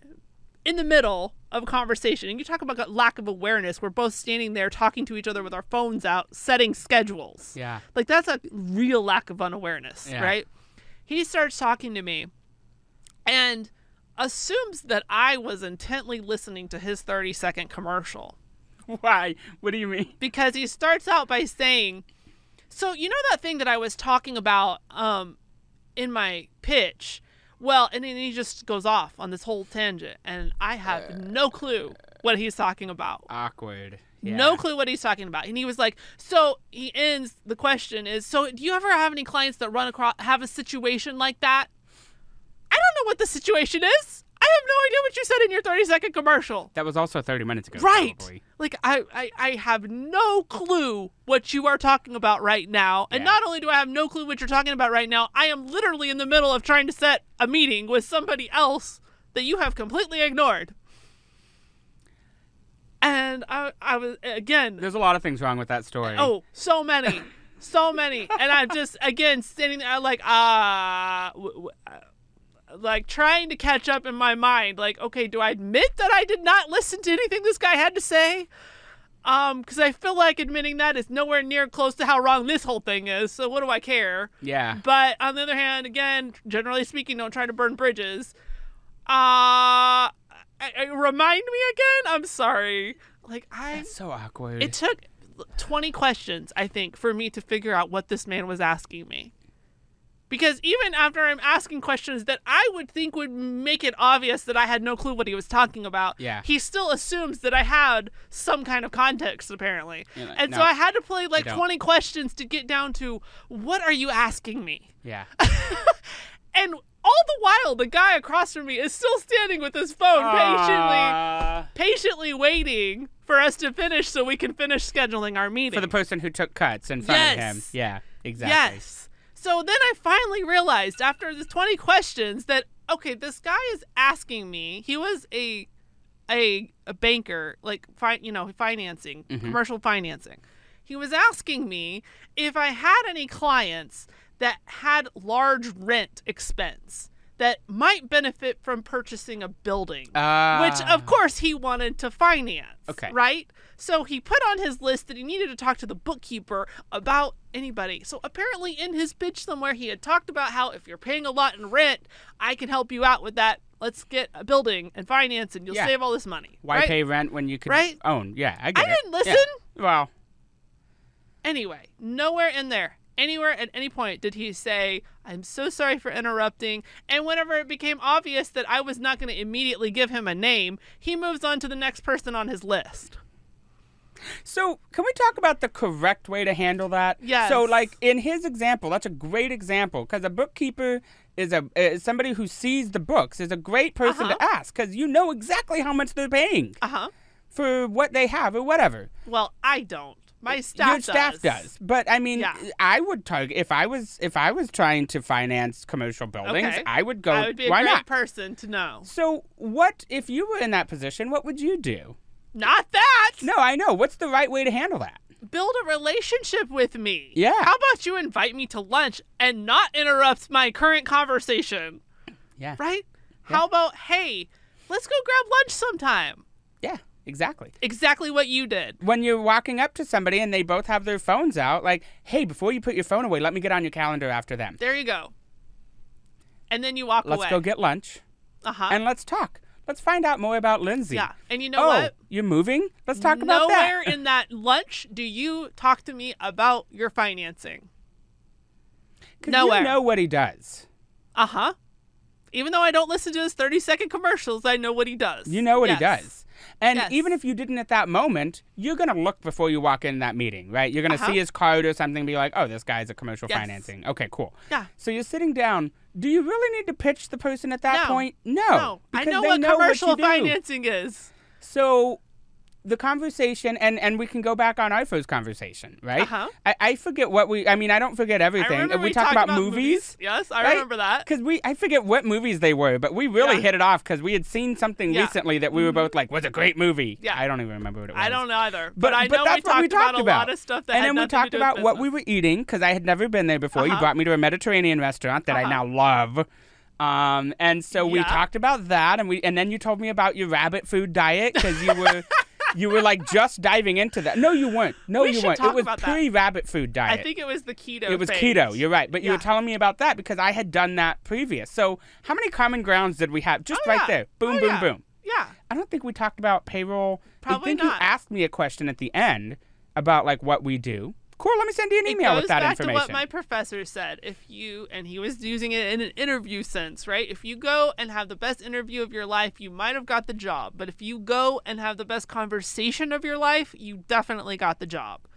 Speaker 2: in the middle of a conversation. And you talk about lack of awareness. We're both standing there talking to each other with our phones out, setting schedules.
Speaker 3: Yeah.
Speaker 2: Like that's a real lack of unawareness,
Speaker 3: Yeah.
Speaker 2: right? He starts talking to me and assumes that I was intently listening to his 30 second commercial
Speaker 3: Why? What do you mean?
Speaker 2: because he starts out by saying, "So you know that thing that I was talking about um, in my pitch? Well, and then he just goes off on this whole tangent, and I have no clue what he's talking about.
Speaker 3: Awkward.
Speaker 2: No
Speaker 3: Yeah.
Speaker 2: clue what he's talking about. And he was like, so he ends the question is, so do you ever have any clients that run across have a situation like that? I don't know what the situation is. I have no idea what you said in your 30 second commercial.
Speaker 3: That was also 30 minutes ago.
Speaker 2: Right.
Speaker 3: probably.
Speaker 2: Like I, I, I have no clue what you are talking about right now. And
Speaker 3: Yeah.
Speaker 2: not only do I have no clue what you're talking about right now, I am literally in the middle of trying to set a meeting with somebody else that you have completely ignored. And I, I was again
Speaker 3: There's a lot of things wrong with that story.
Speaker 2: Oh, so many, so many, and I'm just again sitting there like ah, w- w- uh, like trying to catch up in my mind. Like, okay, do I admit that I did not listen to anything this guy had to say? Um, because I feel like admitting that is nowhere near close to how wrong this whole thing is. So what do I care?
Speaker 3: Yeah.
Speaker 2: But on the other hand, again, generally speaking, don't try to burn bridges. Uh, I, I, remind me again. I'm sorry. Like I
Speaker 3: That's so awkward.
Speaker 2: it took 20 questions, I think, for me to figure out what this man was asking me. Because even after I'm asking questions that I would think would make it obvious that I had no clue what he was talking about,
Speaker 3: Yeah.
Speaker 2: he still assumes that I had some kind of context, apparently.
Speaker 3: You're like,
Speaker 2: and so
Speaker 3: "No,
Speaker 2: I had to play like
Speaker 3: don't."
Speaker 2: 20 questions to get down to what are you asking me?
Speaker 3: yeah.
Speaker 2: And all the while, the guy across from me is still standing with his phone patiently,
Speaker 3: Uh,
Speaker 2: patiently waiting for us to finish so we can finish scheduling our meeting.
Speaker 3: for the person who took cuts in front of him.
Speaker 2: Yes.
Speaker 3: Yeah. Exactly.
Speaker 2: Yes. So then I finally realized after the 20 questions that okay, this guy is asking me. He was a a, a banker, like fi- you know, financing, commercial financing. He was asking me if I had any clients that had large rent expense that might benefit from purchasing a building
Speaker 3: Uh,
Speaker 2: which of course he wanted to finance.
Speaker 3: Okay.
Speaker 2: Right? So he put on his list that he needed to talk to the bookkeeper about anybody. So apparently in his pitch somewhere he had talked about how if you're paying a lot in rent, I can help you out with that. Let's get a building and finance and you'll
Speaker 3: Yeah.
Speaker 2: save all this money.
Speaker 3: Why
Speaker 2: right?
Speaker 3: pay rent when you could
Speaker 2: Right?
Speaker 3: own? Yeah. I get
Speaker 2: I
Speaker 3: it.
Speaker 2: didn't
Speaker 3: Yeah.
Speaker 2: listen.
Speaker 3: Well,
Speaker 2: Anyway, nowhere in there, anywhere at any point did he say, I'm so sorry for interrupting. And whenever it became obvious that I was not going to immediately give him a name, he moves on to the next person on his list.
Speaker 3: So, can we talk about the correct way to handle that?
Speaker 2: Yes.
Speaker 3: So, like in his example, that's a great example because a bookkeeper is a is somebody who sees the books is a great person to
Speaker 2: Uh-huh.
Speaker 3: ask because you know exactly how much they're paying
Speaker 2: Uh huh.
Speaker 3: for what they have or whatever.
Speaker 2: Well, I don't. My staff
Speaker 3: your staff does. But I mean,
Speaker 2: Yeah.
Speaker 3: I would target if I was if I was trying to finance commercial buildings,
Speaker 2: Okay.
Speaker 3: I would go.
Speaker 2: I would be a
Speaker 3: why
Speaker 2: great
Speaker 3: not?
Speaker 2: person to know.
Speaker 3: so what if you were in that position? What would you do?
Speaker 2: Not that.
Speaker 3: No, I know. What's the right way to handle that?
Speaker 2: Build a relationship with me.
Speaker 3: Yeah.
Speaker 2: How about you invite me to lunch and not interrupt my current conversation?
Speaker 3: Yeah.
Speaker 2: Right? How about, hey, let's go grab lunch sometime?
Speaker 3: Yeah. Exactly.
Speaker 2: Exactly what you did.
Speaker 3: When you're walking up to somebody and they both have their phones out, like, hey, before you put your phone away, let me get on your calendar after them.
Speaker 2: There you go. And then you walk
Speaker 3: Let's
Speaker 2: away.
Speaker 3: go get lunch
Speaker 2: Uh huh.
Speaker 3: and let's talk. Let's find out more about Lindsay.
Speaker 2: Yeah. And you know
Speaker 3: oh,
Speaker 2: what?
Speaker 3: You're moving? Let's talk about that.
Speaker 2: Nowhere in that lunch do you talk to me about your financing.
Speaker 3: 'Cause
Speaker 2: nowhere.
Speaker 3: You know what he does.
Speaker 2: Uh huh. Even though I don't listen to his 30 second commercials, I know what he does.
Speaker 3: You know what he
Speaker 2: Yes.
Speaker 3: does. And
Speaker 2: Yes.
Speaker 3: even if you didn't at that moment, you're going to look before you walk in that meeting, right? You're going to
Speaker 2: Uh-huh.
Speaker 3: see his card or something and be like, oh, this guy's a commercial
Speaker 2: Yes.
Speaker 3: financing. Okay, cool.
Speaker 2: Yeah.
Speaker 3: So you're sitting down. Do you really need to pitch the person at that
Speaker 2: No.
Speaker 3: point? No.
Speaker 2: No, I
Speaker 3: Oh, because
Speaker 2: know
Speaker 3: they
Speaker 2: what
Speaker 3: know
Speaker 2: commercial
Speaker 3: what you do.
Speaker 2: financing is.
Speaker 3: So the conversation, and, and we can go back on IFO's conversation, right?
Speaker 2: Uh-huh.
Speaker 3: I, I forget what we, I mean, I don't forget
Speaker 2: I
Speaker 3: everything.
Speaker 2: remember
Speaker 3: we,
Speaker 2: we
Speaker 3: talked
Speaker 2: talked
Speaker 3: about,
Speaker 2: Yes, I
Speaker 3: right?
Speaker 2: remember that.
Speaker 3: Because we, I forget what movies they were, but we really
Speaker 2: Yeah.
Speaker 3: hit it off because we had seen something
Speaker 2: Yeah.
Speaker 3: recently that we were both like was a great movie.
Speaker 2: Yeah.
Speaker 3: I don't even remember what it was.
Speaker 2: I don't know either, but,
Speaker 3: But,
Speaker 2: I
Speaker 3: but
Speaker 2: know
Speaker 3: that's
Speaker 2: we
Speaker 3: what
Speaker 2: talked
Speaker 3: we talked
Speaker 2: about, a lot of stuff that
Speaker 3: and
Speaker 2: had
Speaker 3: then we
Speaker 2: nothing
Speaker 3: talked
Speaker 2: to do with
Speaker 3: about what we
Speaker 2: business.
Speaker 3: were eating because I had never been there before. You
Speaker 2: Uh-huh.
Speaker 3: brought me to a Mediterranean restaurant that I now love. Um, and so we
Speaker 2: Yeah.
Speaker 3: talked about that, and we and then you told me about your rabbit food diet because you were you were like just diving into that. No, you weren't. No,
Speaker 2: We
Speaker 3: you
Speaker 2: should
Speaker 3: weren't.
Speaker 2: talk
Speaker 3: it was
Speaker 2: about that.
Speaker 3: pre-rabbit food diet.
Speaker 2: I think it was the keto.
Speaker 3: It was
Speaker 2: phase.
Speaker 3: keto. You're right, but you were
Speaker 2: Yeah.
Speaker 3: telling me about that because I had done that previous. So how many common grounds did we have? Just
Speaker 2: Oh,
Speaker 3: right
Speaker 2: yeah.
Speaker 3: there. Boom,
Speaker 2: Oh,
Speaker 3: boom,
Speaker 2: yeah.
Speaker 3: boom.
Speaker 2: Yeah.
Speaker 3: I don't think we talked about payroll. I
Speaker 2: Probably
Speaker 3: think you
Speaker 2: not.
Speaker 3: asked me a question at the end about like what we do. Cool. Let me send you an email
Speaker 2: goes
Speaker 3: with that
Speaker 2: back
Speaker 3: information.
Speaker 2: to what my professor said. If you and he was using it in an interview sense, right? If you go and have the best interview of your life, you might have got the job. But if you go and have the best conversation of your life, you definitely got the job.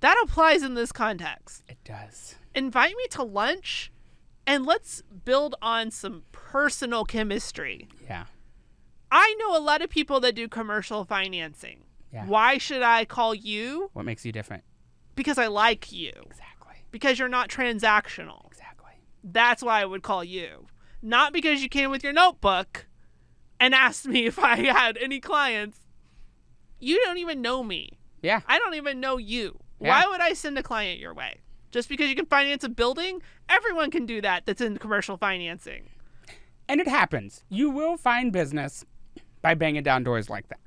Speaker 2: That applies in this context.
Speaker 3: it does.
Speaker 2: Invite me to lunch and let's build on some personal chemistry.
Speaker 3: Yeah.
Speaker 2: I know a lot of people that do commercial financing.
Speaker 3: Yeah.
Speaker 2: Why should I call you?
Speaker 3: What makes you different?
Speaker 2: Because I like you.
Speaker 3: Exactly.
Speaker 2: Because you're not transactional.
Speaker 3: Exactly.
Speaker 2: That's why I would call you. Not because you came with your notebook and asked me if I had any clients. You don't even know me.
Speaker 3: Yeah.
Speaker 2: I don't even know you.
Speaker 3: Yeah.
Speaker 2: Why would I send a client your way? Just because you can finance a building? Everyone can do that that's in commercial financing.
Speaker 3: And it happens. You will find business by banging down doors like that.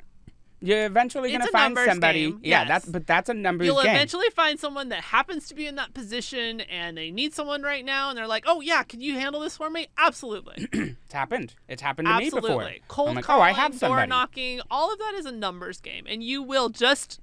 Speaker 3: You're eventually
Speaker 2: It's
Speaker 3: going to
Speaker 2: a
Speaker 3: find
Speaker 2: numbers
Speaker 3: somebody.
Speaker 2: game,
Speaker 3: Yeah,
Speaker 2: yes.
Speaker 3: that's but that's a numbers
Speaker 2: You'll
Speaker 3: game.
Speaker 2: eventually find someone that happens to be in that position and they need someone right now and they're like, oh, yeah, can you handle this for me? Absolutely.
Speaker 3: It's happened. It's happened to
Speaker 2: Absolutely.
Speaker 3: me before.
Speaker 2: Cold
Speaker 3: I'm like,
Speaker 2: calling,
Speaker 3: oh, I have
Speaker 2: door
Speaker 3: somebody.
Speaker 2: knocking, all of that is a numbers game, and you will just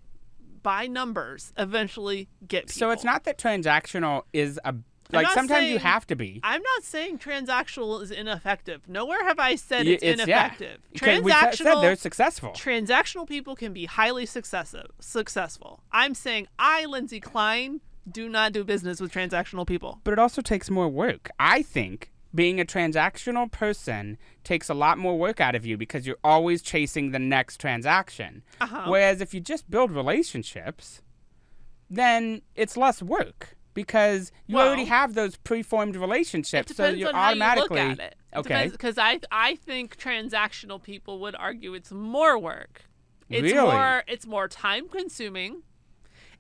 Speaker 2: by numbers eventually get people.
Speaker 3: So it's not that transactional is a like
Speaker 2: not
Speaker 3: sometimes you
Speaker 2: saying-
Speaker 3: have to be.
Speaker 2: I'm not saying transactional is ineffective. Nowhere have I said
Speaker 3: You-
Speaker 2: it's,
Speaker 3: yeah.
Speaker 2: ineffective.
Speaker 3: 'Cause we
Speaker 2: Transactional
Speaker 3: t- said they're successful.
Speaker 2: transactional people can be highly successive, successful. I'm saying I, Lindsay Klein, do not do business with transactional people.
Speaker 3: but it also takes more work. I think being a transactional person takes a lot more work out of you because you're always chasing the next transaction.
Speaker 2: Uh-huh.
Speaker 3: Whereas if you just build relationships, then it's less work because you already
Speaker 2: Well,
Speaker 3: have those preformed relationships.
Speaker 2: It
Speaker 3: so
Speaker 2: depends
Speaker 3: you're
Speaker 2: on
Speaker 3: automatically
Speaker 2: how you look at it.
Speaker 3: okay.
Speaker 2: Because I I think transactional people would argue it's more work. It's
Speaker 3: Really?
Speaker 2: more it's more time consuming.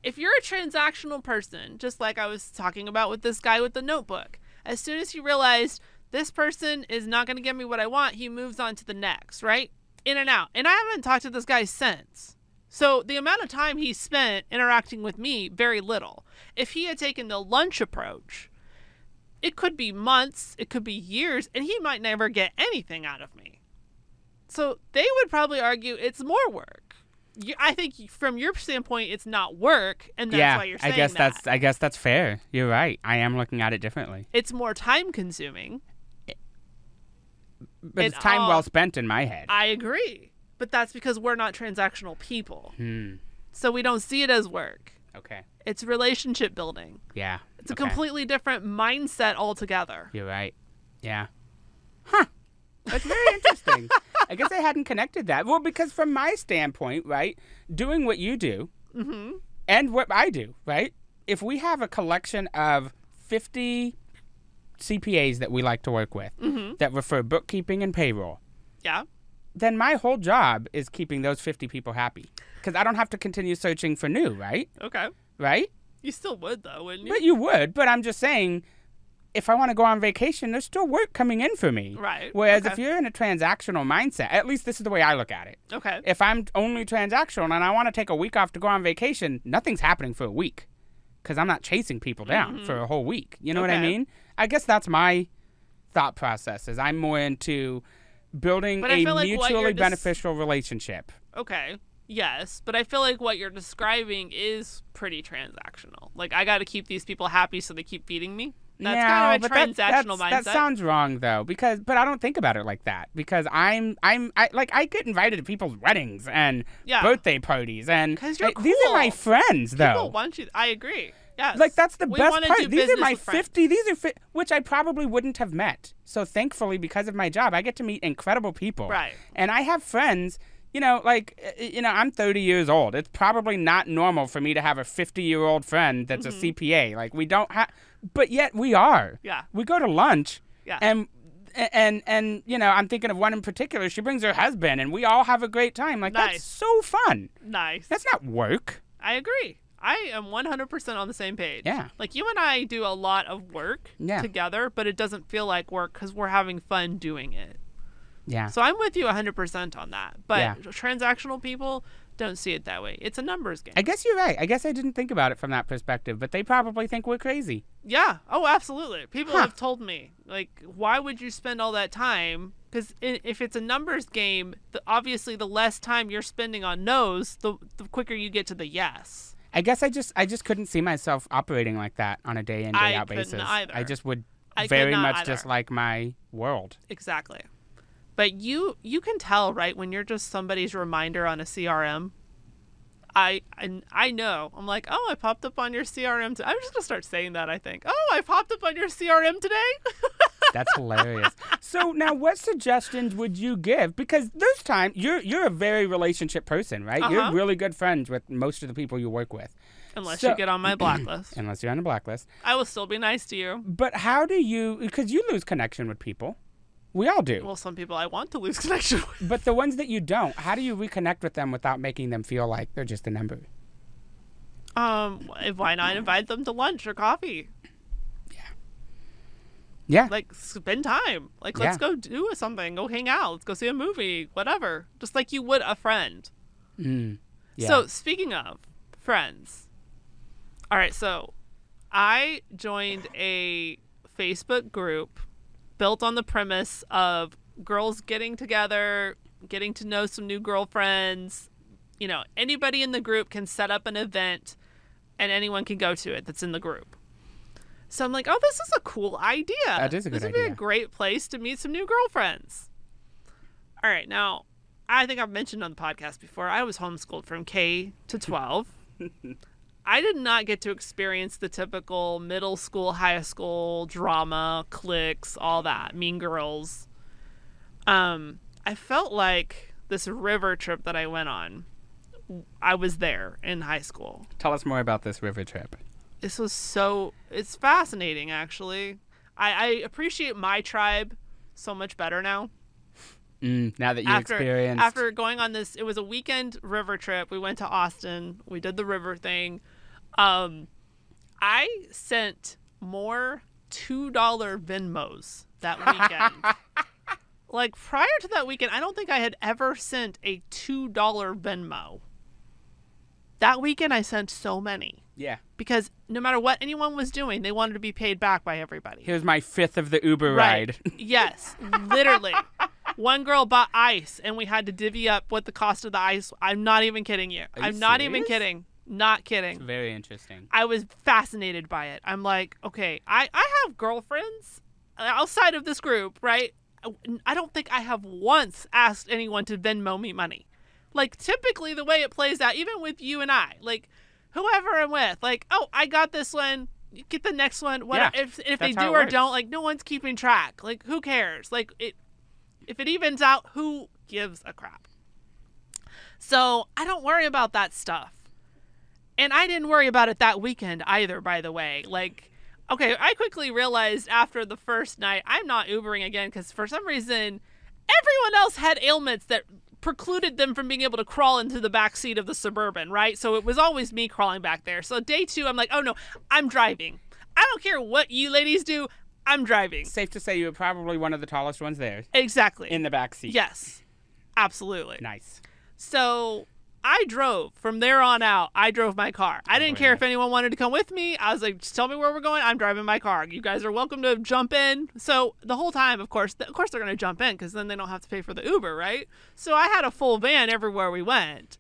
Speaker 2: If you're a transactional person, just like I was talking about with this guy with the notebook, as soon as he realized this person is not going to give me what I want, he moves on to the next, right? In and out. And I haven't talked to this guy since. So the amount of time he spent interacting with me, very little. If he had taken the lunch approach, it could be months, it could be years, and he might never get anything out of me. So they would probably argue it's more work. You, I think you- from your standpoint, it's not work, and that's
Speaker 3: yeah,
Speaker 2: why you're
Speaker 3: I
Speaker 2: saying
Speaker 3: guess
Speaker 2: that.
Speaker 3: that's I guess that's fair. You're right. I am looking at it differently.
Speaker 2: It's more time consuming.
Speaker 3: But
Speaker 2: It
Speaker 3: it's time
Speaker 2: all-
Speaker 3: well spent in my head.
Speaker 2: I agree, but that's because we're not transactional people,
Speaker 3: Hmm.
Speaker 2: so we don't see it as work.
Speaker 3: okay.
Speaker 2: It's relationship building.
Speaker 3: Yeah.
Speaker 2: It's a
Speaker 3: okay.
Speaker 2: completely different mindset altogether.
Speaker 3: You're right. Yeah. Huh. That's very interesting. I guess I
Speaker 2: Mm-hmm.
Speaker 3: hadn't connected that. Well, because from my standpoint, right, doing what you do and what I do, right? If we have a collection of 50 CPAs that we like to work with
Speaker 2: Mm-hmm.
Speaker 3: that refer bookkeeping and payroll,
Speaker 2: Yeah.
Speaker 3: then my whole job is keeping those 50 people happy because I don't have to continue searching for new, right?
Speaker 2: Okay.
Speaker 3: Right?
Speaker 2: You still would though, wouldn't you?
Speaker 3: But you would, but I'm just saying if I want to go on vacation, there's still work coming in for me.
Speaker 2: Right,
Speaker 3: Whereas
Speaker 2: okay.
Speaker 3: if you're in a transactional mindset, at least this is the way I look at it.
Speaker 2: okay.
Speaker 3: If I'm only transactional and I want to take a week off to go on vacation, nothing's happening for a week because I'm not chasing people down for a whole week. You know what I
Speaker 2: Mm-hmm. Okay.
Speaker 3: mean? I guess that's my thought process is I'm more into building
Speaker 2: But I
Speaker 3: a
Speaker 2: feel like what
Speaker 3: mutually
Speaker 2: you're dis-
Speaker 3: beneficial relationship.
Speaker 2: Okay. Yes, but I feel like what you're describing is pretty transactional. Like I got to keep these people happy so they keep feeding me. That's kind
Speaker 3: No,
Speaker 2: of a
Speaker 3: but that-
Speaker 2: transactional mindset.
Speaker 3: that's- That sounds wrong though, because but I don't think about it like that because I'm I'm I like I get invited to people's weddings and
Speaker 2: Yeah.
Speaker 3: birthday parties and
Speaker 2: 'Cause you're
Speaker 3: I- these are my
Speaker 2: cool.
Speaker 3: friends though.
Speaker 2: People want you. I agree. Yes.
Speaker 3: like that's the
Speaker 2: we
Speaker 3: best
Speaker 2: wanna
Speaker 3: part.
Speaker 2: Do
Speaker 3: These are
Speaker 2: business
Speaker 3: my
Speaker 2: with friends.
Speaker 3: fifty. These are fi- which I probably wouldn't have met. So thankfully, because of my job, I get to meet incredible people.
Speaker 2: Right.
Speaker 3: And I have friends. You know, like uh, you know, I'm 30 years old. It's probably not normal for me to have a 50 year old friend that's
Speaker 2: Mm-hmm.
Speaker 3: a CPA. Like we don't have, but yet we are.
Speaker 2: Yeah.
Speaker 3: We go to lunch.
Speaker 2: Yeah.
Speaker 3: And and and you know, I'm thinking of one in particular. She brings her husband, and we all have a great time. Like
Speaker 2: Nice.
Speaker 3: that's so fun.
Speaker 2: Nice.
Speaker 3: That's not work.
Speaker 2: I agree. I am 100% on the same page.
Speaker 3: Yeah.
Speaker 2: Like you and I do a lot of work
Speaker 3: Yeah.
Speaker 2: together, but it doesn't feel like work because we're having fun doing it.
Speaker 3: Yeah.
Speaker 2: So I'm with you 100% on that. But
Speaker 3: Yeah.
Speaker 2: transactional people don't see it that way. It's a numbers game.
Speaker 3: I guess you're right. I guess I didn't think about it from that perspective, but they probably think we're crazy.
Speaker 2: Yeah. Oh, absolutely. People have told me, like, why would you spend all that time? Because if it's a numbers game, the, obviously the less time you're spending on no's, the, the quicker you get to the yes.
Speaker 3: I guess I just I just couldn't see myself operating like that on a day in day
Speaker 2: I
Speaker 3: out
Speaker 2: couldn't
Speaker 3: basis.
Speaker 2: either.
Speaker 3: I just would
Speaker 2: I could
Speaker 3: very
Speaker 2: not
Speaker 3: much
Speaker 2: either.
Speaker 3: dislike my world.
Speaker 2: Exactly. But you you can tell, right, when you're just somebody's reminder on a CRM. I and I know. I'm like, oh, I popped up on your CRM. T-. I'm just gonna start saying that. I think, oh, I popped up on your CRM today.
Speaker 3: That's hilarious. So now, what suggestions would you give? Because this time you're you're a very relationship person, right? You're
Speaker 2: Uh-huh.
Speaker 3: really good friends with most of the people you work with,
Speaker 2: Unless
Speaker 3: So-
Speaker 2: you get on my blacklist,
Speaker 3: unless you're on a blacklist.
Speaker 2: I will still be nice to you.
Speaker 3: But how do you? Because you lose connection with people. We all do.
Speaker 2: Well, some people I want to lose connection with.
Speaker 3: But the ones that you don't, how do you reconnect with them without making them feel like they're just a number?
Speaker 2: Um, why not invite them to lunch or coffee?
Speaker 3: Yeah.
Speaker 2: Like, spend time. Like, let's
Speaker 3: Yeah.
Speaker 2: go do something. Go hang out. Let's go see a movie. Whatever. Just like you would a friend.
Speaker 3: Mm. yeah.
Speaker 2: So speaking of friends, all right. So I joined a Facebook group built on the premise of girls getting together, getting to know some new girlfriends. You know, anybody in the group can set up an event, and anyone can go to it that's in the group. So I'm like, oh, this is a cool idea.
Speaker 3: That is a
Speaker 2: this
Speaker 3: good
Speaker 2: would be a
Speaker 3: idea.
Speaker 2: great place to meet some new girlfriends. All right, now I think I've mentioned on the podcast before. I was homeschooled from K to 12. I did not get to experience the typical middle school, high school drama, cliques, all that, mean girls. Um, I felt like this river trip that I went on, I was there in high school.
Speaker 3: tell us more about this river trip.
Speaker 2: This was so, it's fascinating actually. I, I appreciate my tribe so much better now
Speaker 3: Mm, now that you
Speaker 2: after
Speaker 3: experienced.
Speaker 2: after going on this it was a weekend river trip we went to austin we did the river thing um i sent more two dollar venmos that weekend like prior to that weekend i don't think i had ever sent a two dollar venmo that weekend i sent so many
Speaker 3: yeah.
Speaker 2: because no matter what anyone was doing they wanted to be paid back by everybody
Speaker 3: Here's my fifth of the Uber ride.
Speaker 2: Yes, literally. One girl bought ice, and we had to divvy up what the cost of the ice. I'm not even kidding you.
Speaker 3: you
Speaker 2: I'm not even
Speaker 3: serious?
Speaker 2: kidding. Not kidding.
Speaker 3: Very interesting.
Speaker 2: I was fascinated by it. I'm like, okay, I I have girlfriends outside of this group, right? I don't think I have once asked anyone to Venmo me money. Like typically the way it plays out, even with you and I, like whoever I'm with, like, oh, I got this one. you Get the next one. What
Speaker 3: Yeah,
Speaker 2: if if they
Speaker 3: that's how
Speaker 2: do
Speaker 3: it
Speaker 2: or
Speaker 3: works.
Speaker 2: don't? Like no one's keeping track. Like who cares? Like it if it evens out, who gives a crap? So I don't worry about that stuff. and I didn't worry about it that weekend either, by the way. Like, okay, I quickly realized after the first night, I'm not Ubering again because for some reason, everyone else had ailments that precluded them from being able to crawl into the back seat of the Suburban, right? So it was always me crawling back there. So day two, I'm like, oh no, I'm driving. I don't care what you ladies do, I'm driving.
Speaker 3: Safe to say you were probably one of the tallest ones there
Speaker 2: Exactly.
Speaker 3: in the back seat.
Speaker 2: yes, absolutely.
Speaker 3: Nice.
Speaker 2: So I drove from there on out. I drove my car. I didn't care if anyone wanted to come with me. I was like, just tell me where we're going. I'm driving my car. You guys are welcome to jump in. So the whole time, of course, of course they're going to jump in because then they don't have to pay for the Uber, right? So I had a full van everywhere we went,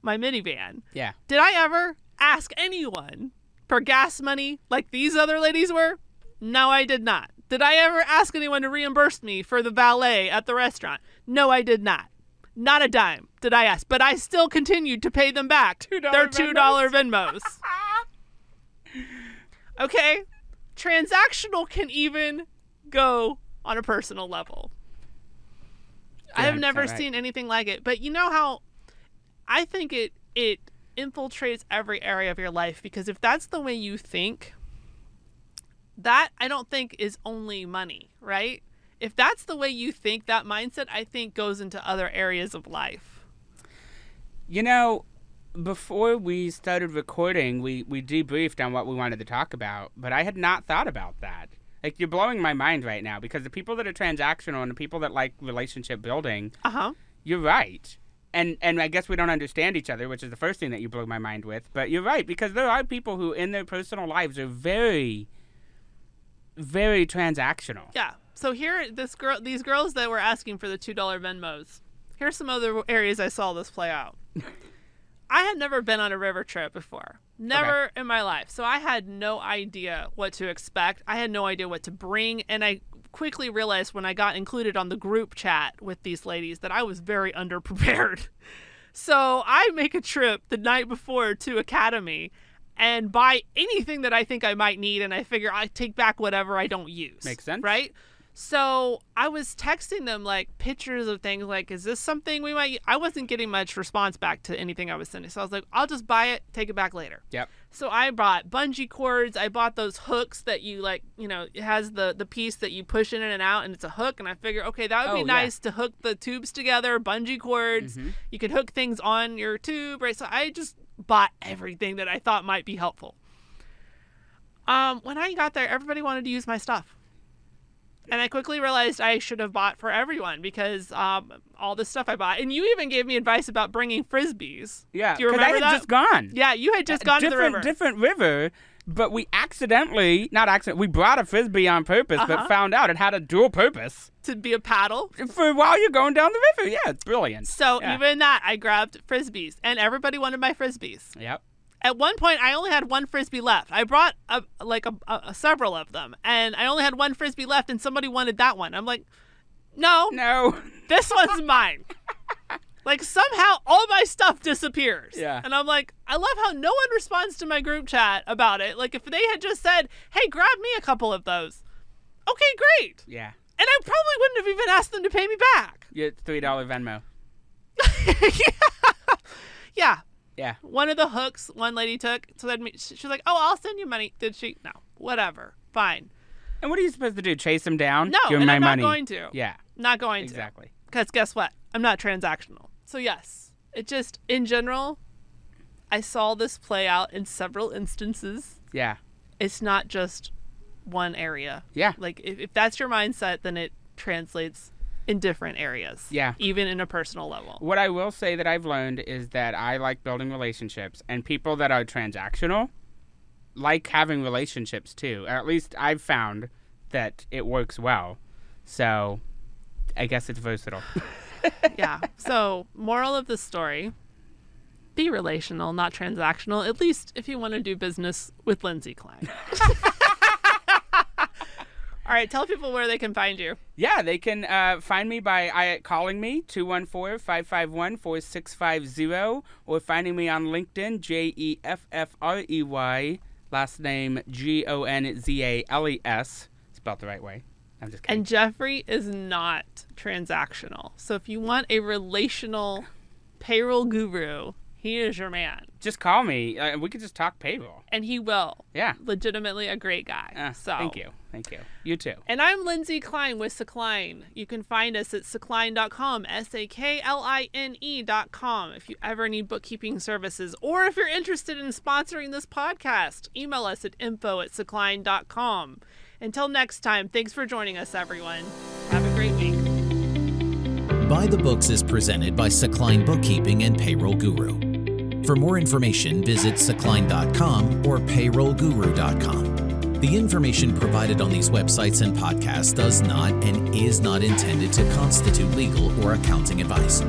Speaker 2: my minivan.
Speaker 3: Yeah.
Speaker 2: Did I ever ask anyone for gas money like these other ladies were? No, I did not. Did I ever ask anyone to reimburse me for the valet at the restaurant? No, I did not. Not a dime did I ask, but I still continued to pay them back
Speaker 3: $2
Speaker 2: their $2 Venmos. okay? Transactional can even go on a personal level. I have
Speaker 3: Damn,
Speaker 2: never
Speaker 3: alright.
Speaker 2: seen anything like it. But you know how I think it it infiltrates every area of your life because if that's the way you think, that I don't think is only money, right? If that's the way you think, that mindset I think goes into other areas of life.
Speaker 3: You know, before we started recording, we, we debriefed on what we wanted to talk about, but I had not thought about that. Like, you're blowing my mind right now because the people that are transactional and the people that like relationship building,
Speaker 2: Uh huh.
Speaker 3: you're right. And, and I guess we don't understand each other, which is the first thing that you blew my mind with. But you're right because there are people who, in their personal lives, are very, very transactional.
Speaker 2: Yeah. So here, this girl, these girls that were asking for the two dollar Venmos. Here's some other areas I saw this play out. I had never been on a river trip before, never in my life. So I had no idea what to expect. I had no idea what to bring, and I quickly realized when I got included on the group chat with these ladies that I was very underprepared. So I make a trip the night before to Academy and buy anything that I think I might need, and I figure I take back whatever I don't use.
Speaker 3: Makes sense.
Speaker 2: right? So I was texting them like pictures of things like, is this something we might? I wasn't getting much response back to anything I was sending, so I was like, I'll just buy it, take it back later.
Speaker 3: Yep.
Speaker 2: So I bought bungee cords. I bought those hooks that you like, you know, it has the the piece that you push in and out, and it's a hook. And I figure, okay, that would
Speaker 3: Oh,
Speaker 2: be
Speaker 3: yeah. Mm-hmm.
Speaker 2: nice to hook the tubes together. Bungee cords. You could hook things on your tube, right? So I just bought everything that I thought might be helpful. Um, when I got there, everybody wanted to use my stuff. And I quickly realized I should have bought for everyone because um, all this stuff I bought. And you even gave me advice about bringing frisbees.
Speaker 3: Yeah.
Speaker 2: Do you
Speaker 3: 'cause
Speaker 2: remember
Speaker 3: I had
Speaker 2: that?
Speaker 3: just gone.
Speaker 2: Yeah, you had just gone to
Speaker 3: Uh, different,
Speaker 2: the river.
Speaker 3: Different river, but we accidentally, not accident, we brought a frisbee on purpose,
Speaker 2: Uh-huh.
Speaker 3: but found out it had a dual purpose
Speaker 2: to be a paddle.
Speaker 3: for while you're going down the river. Yeah, it's brilliant.
Speaker 2: So
Speaker 3: Yeah.
Speaker 2: even that, I grabbed frisbees, and everybody wanted my frisbees.
Speaker 3: Yep.
Speaker 2: At one point, I only had one frisbee left. I brought a, like a, a, a several of them, and I only had one frisbee left, and somebody wanted that one. I'm like, no,
Speaker 3: No.
Speaker 2: this one's mine. Like somehow all my stuff disappears.
Speaker 3: Yeah.
Speaker 2: And I'm like, I love how no one responds to my group chat about it. Like if they had just said, "Hey, grab me a couple of those," okay, great.
Speaker 3: Yeah.
Speaker 2: And I probably wouldn't have even asked them to pay me back.
Speaker 3: Yeah, it's $3 Venmo.
Speaker 2: Yeah.
Speaker 3: Yeah.
Speaker 2: One of the hooks one lady took, so then me- she- she's like, "Oh, I'll send you money." Did she? No. Whatever. Fine.
Speaker 3: And what are you supposed to do? Chase them down?
Speaker 2: No,
Speaker 3: Give 'em
Speaker 2: and
Speaker 3: my
Speaker 2: I'm not
Speaker 3: money.
Speaker 2: going to.
Speaker 3: Yeah,
Speaker 2: Not going to.
Speaker 3: exactly.
Speaker 2: Because guess what? I'm not transactional. So yes, it just in general, I saw this play out in several instances.
Speaker 3: Yeah.
Speaker 2: It's not just one area.
Speaker 3: Yeah.
Speaker 2: Like if, if that's your mindset, then it translates in different areas.
Speaker 3: Yeah.
Speaker 2: Even in a personal level.
Speaker 3: What I will say that I've learned is that I like building relationships, and people that are transactional like having relationships too. Or at least I've found that it works well. So I guess it's versatile.
Speaker 2: yeah. So moral of the story. Be relational, not transactional, at least if you want to do business with Lindsay Klein. All right, tell people where they can find you.
Speaker 3: yeah, they can uh, find me by I, calling me 214 551 4650 or finding me on LinkedIn, J E F F R E Y, last name G O N Z A L E S, spelled the right way. I'm just kidding.
Speaker 2: And Jeffrey is not transactional. So if you want a relational payroll guru, He is your man,
Speaker 3: Just call me. Uh, we could just talk payroll.
Speaker 2: and he will.
Speaker 3: Yeah.
Speaker 2: Legitimately a great guy.
Speaker 3: Uh,
Speaker 2: so
Speaker 3: Thank you. Thank you. You too.
Speaker 2: And I'm Lindsay Klein with Sakline. You can find us at sakline.com, S A K L I N E.com. If you ever need bookkeeping services or if you're interested in sponsoring this podcast, email us at info at sakline.com. Until next time, thanks for joining us, everyone. Have a great week.
Speaker 1: By the Books is presented by Sakline Bookkeeping and Payroll Guru. For more information, visit sakline.com or payrollguru.com. The information provided on these websites and podcasts does not and is not intended to constitute legal or accounting advice.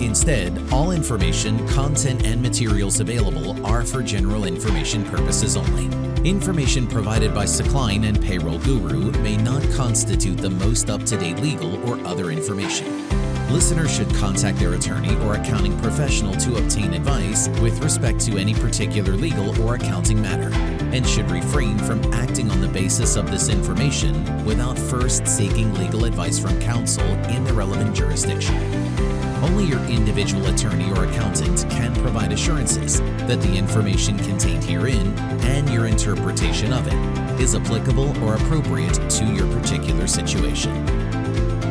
Speaker 1: Instead, all information, content, and materials available are for general information purposes only. Information provided by Sakline and Payroll Guru may not constitute the most up to date legal or other information. Listeners should contact their attorney or accounting professional to obtain advice with respect to any particular legal or accounting matter, and should refrain from acting on the basis of this information without first seeking legal advice from counsel in the relevant jurisdiction. Only your individual attorney or accountant can provide assurances that the information contained herein and your interpretation of it is applicable or appropriate to your particular situation.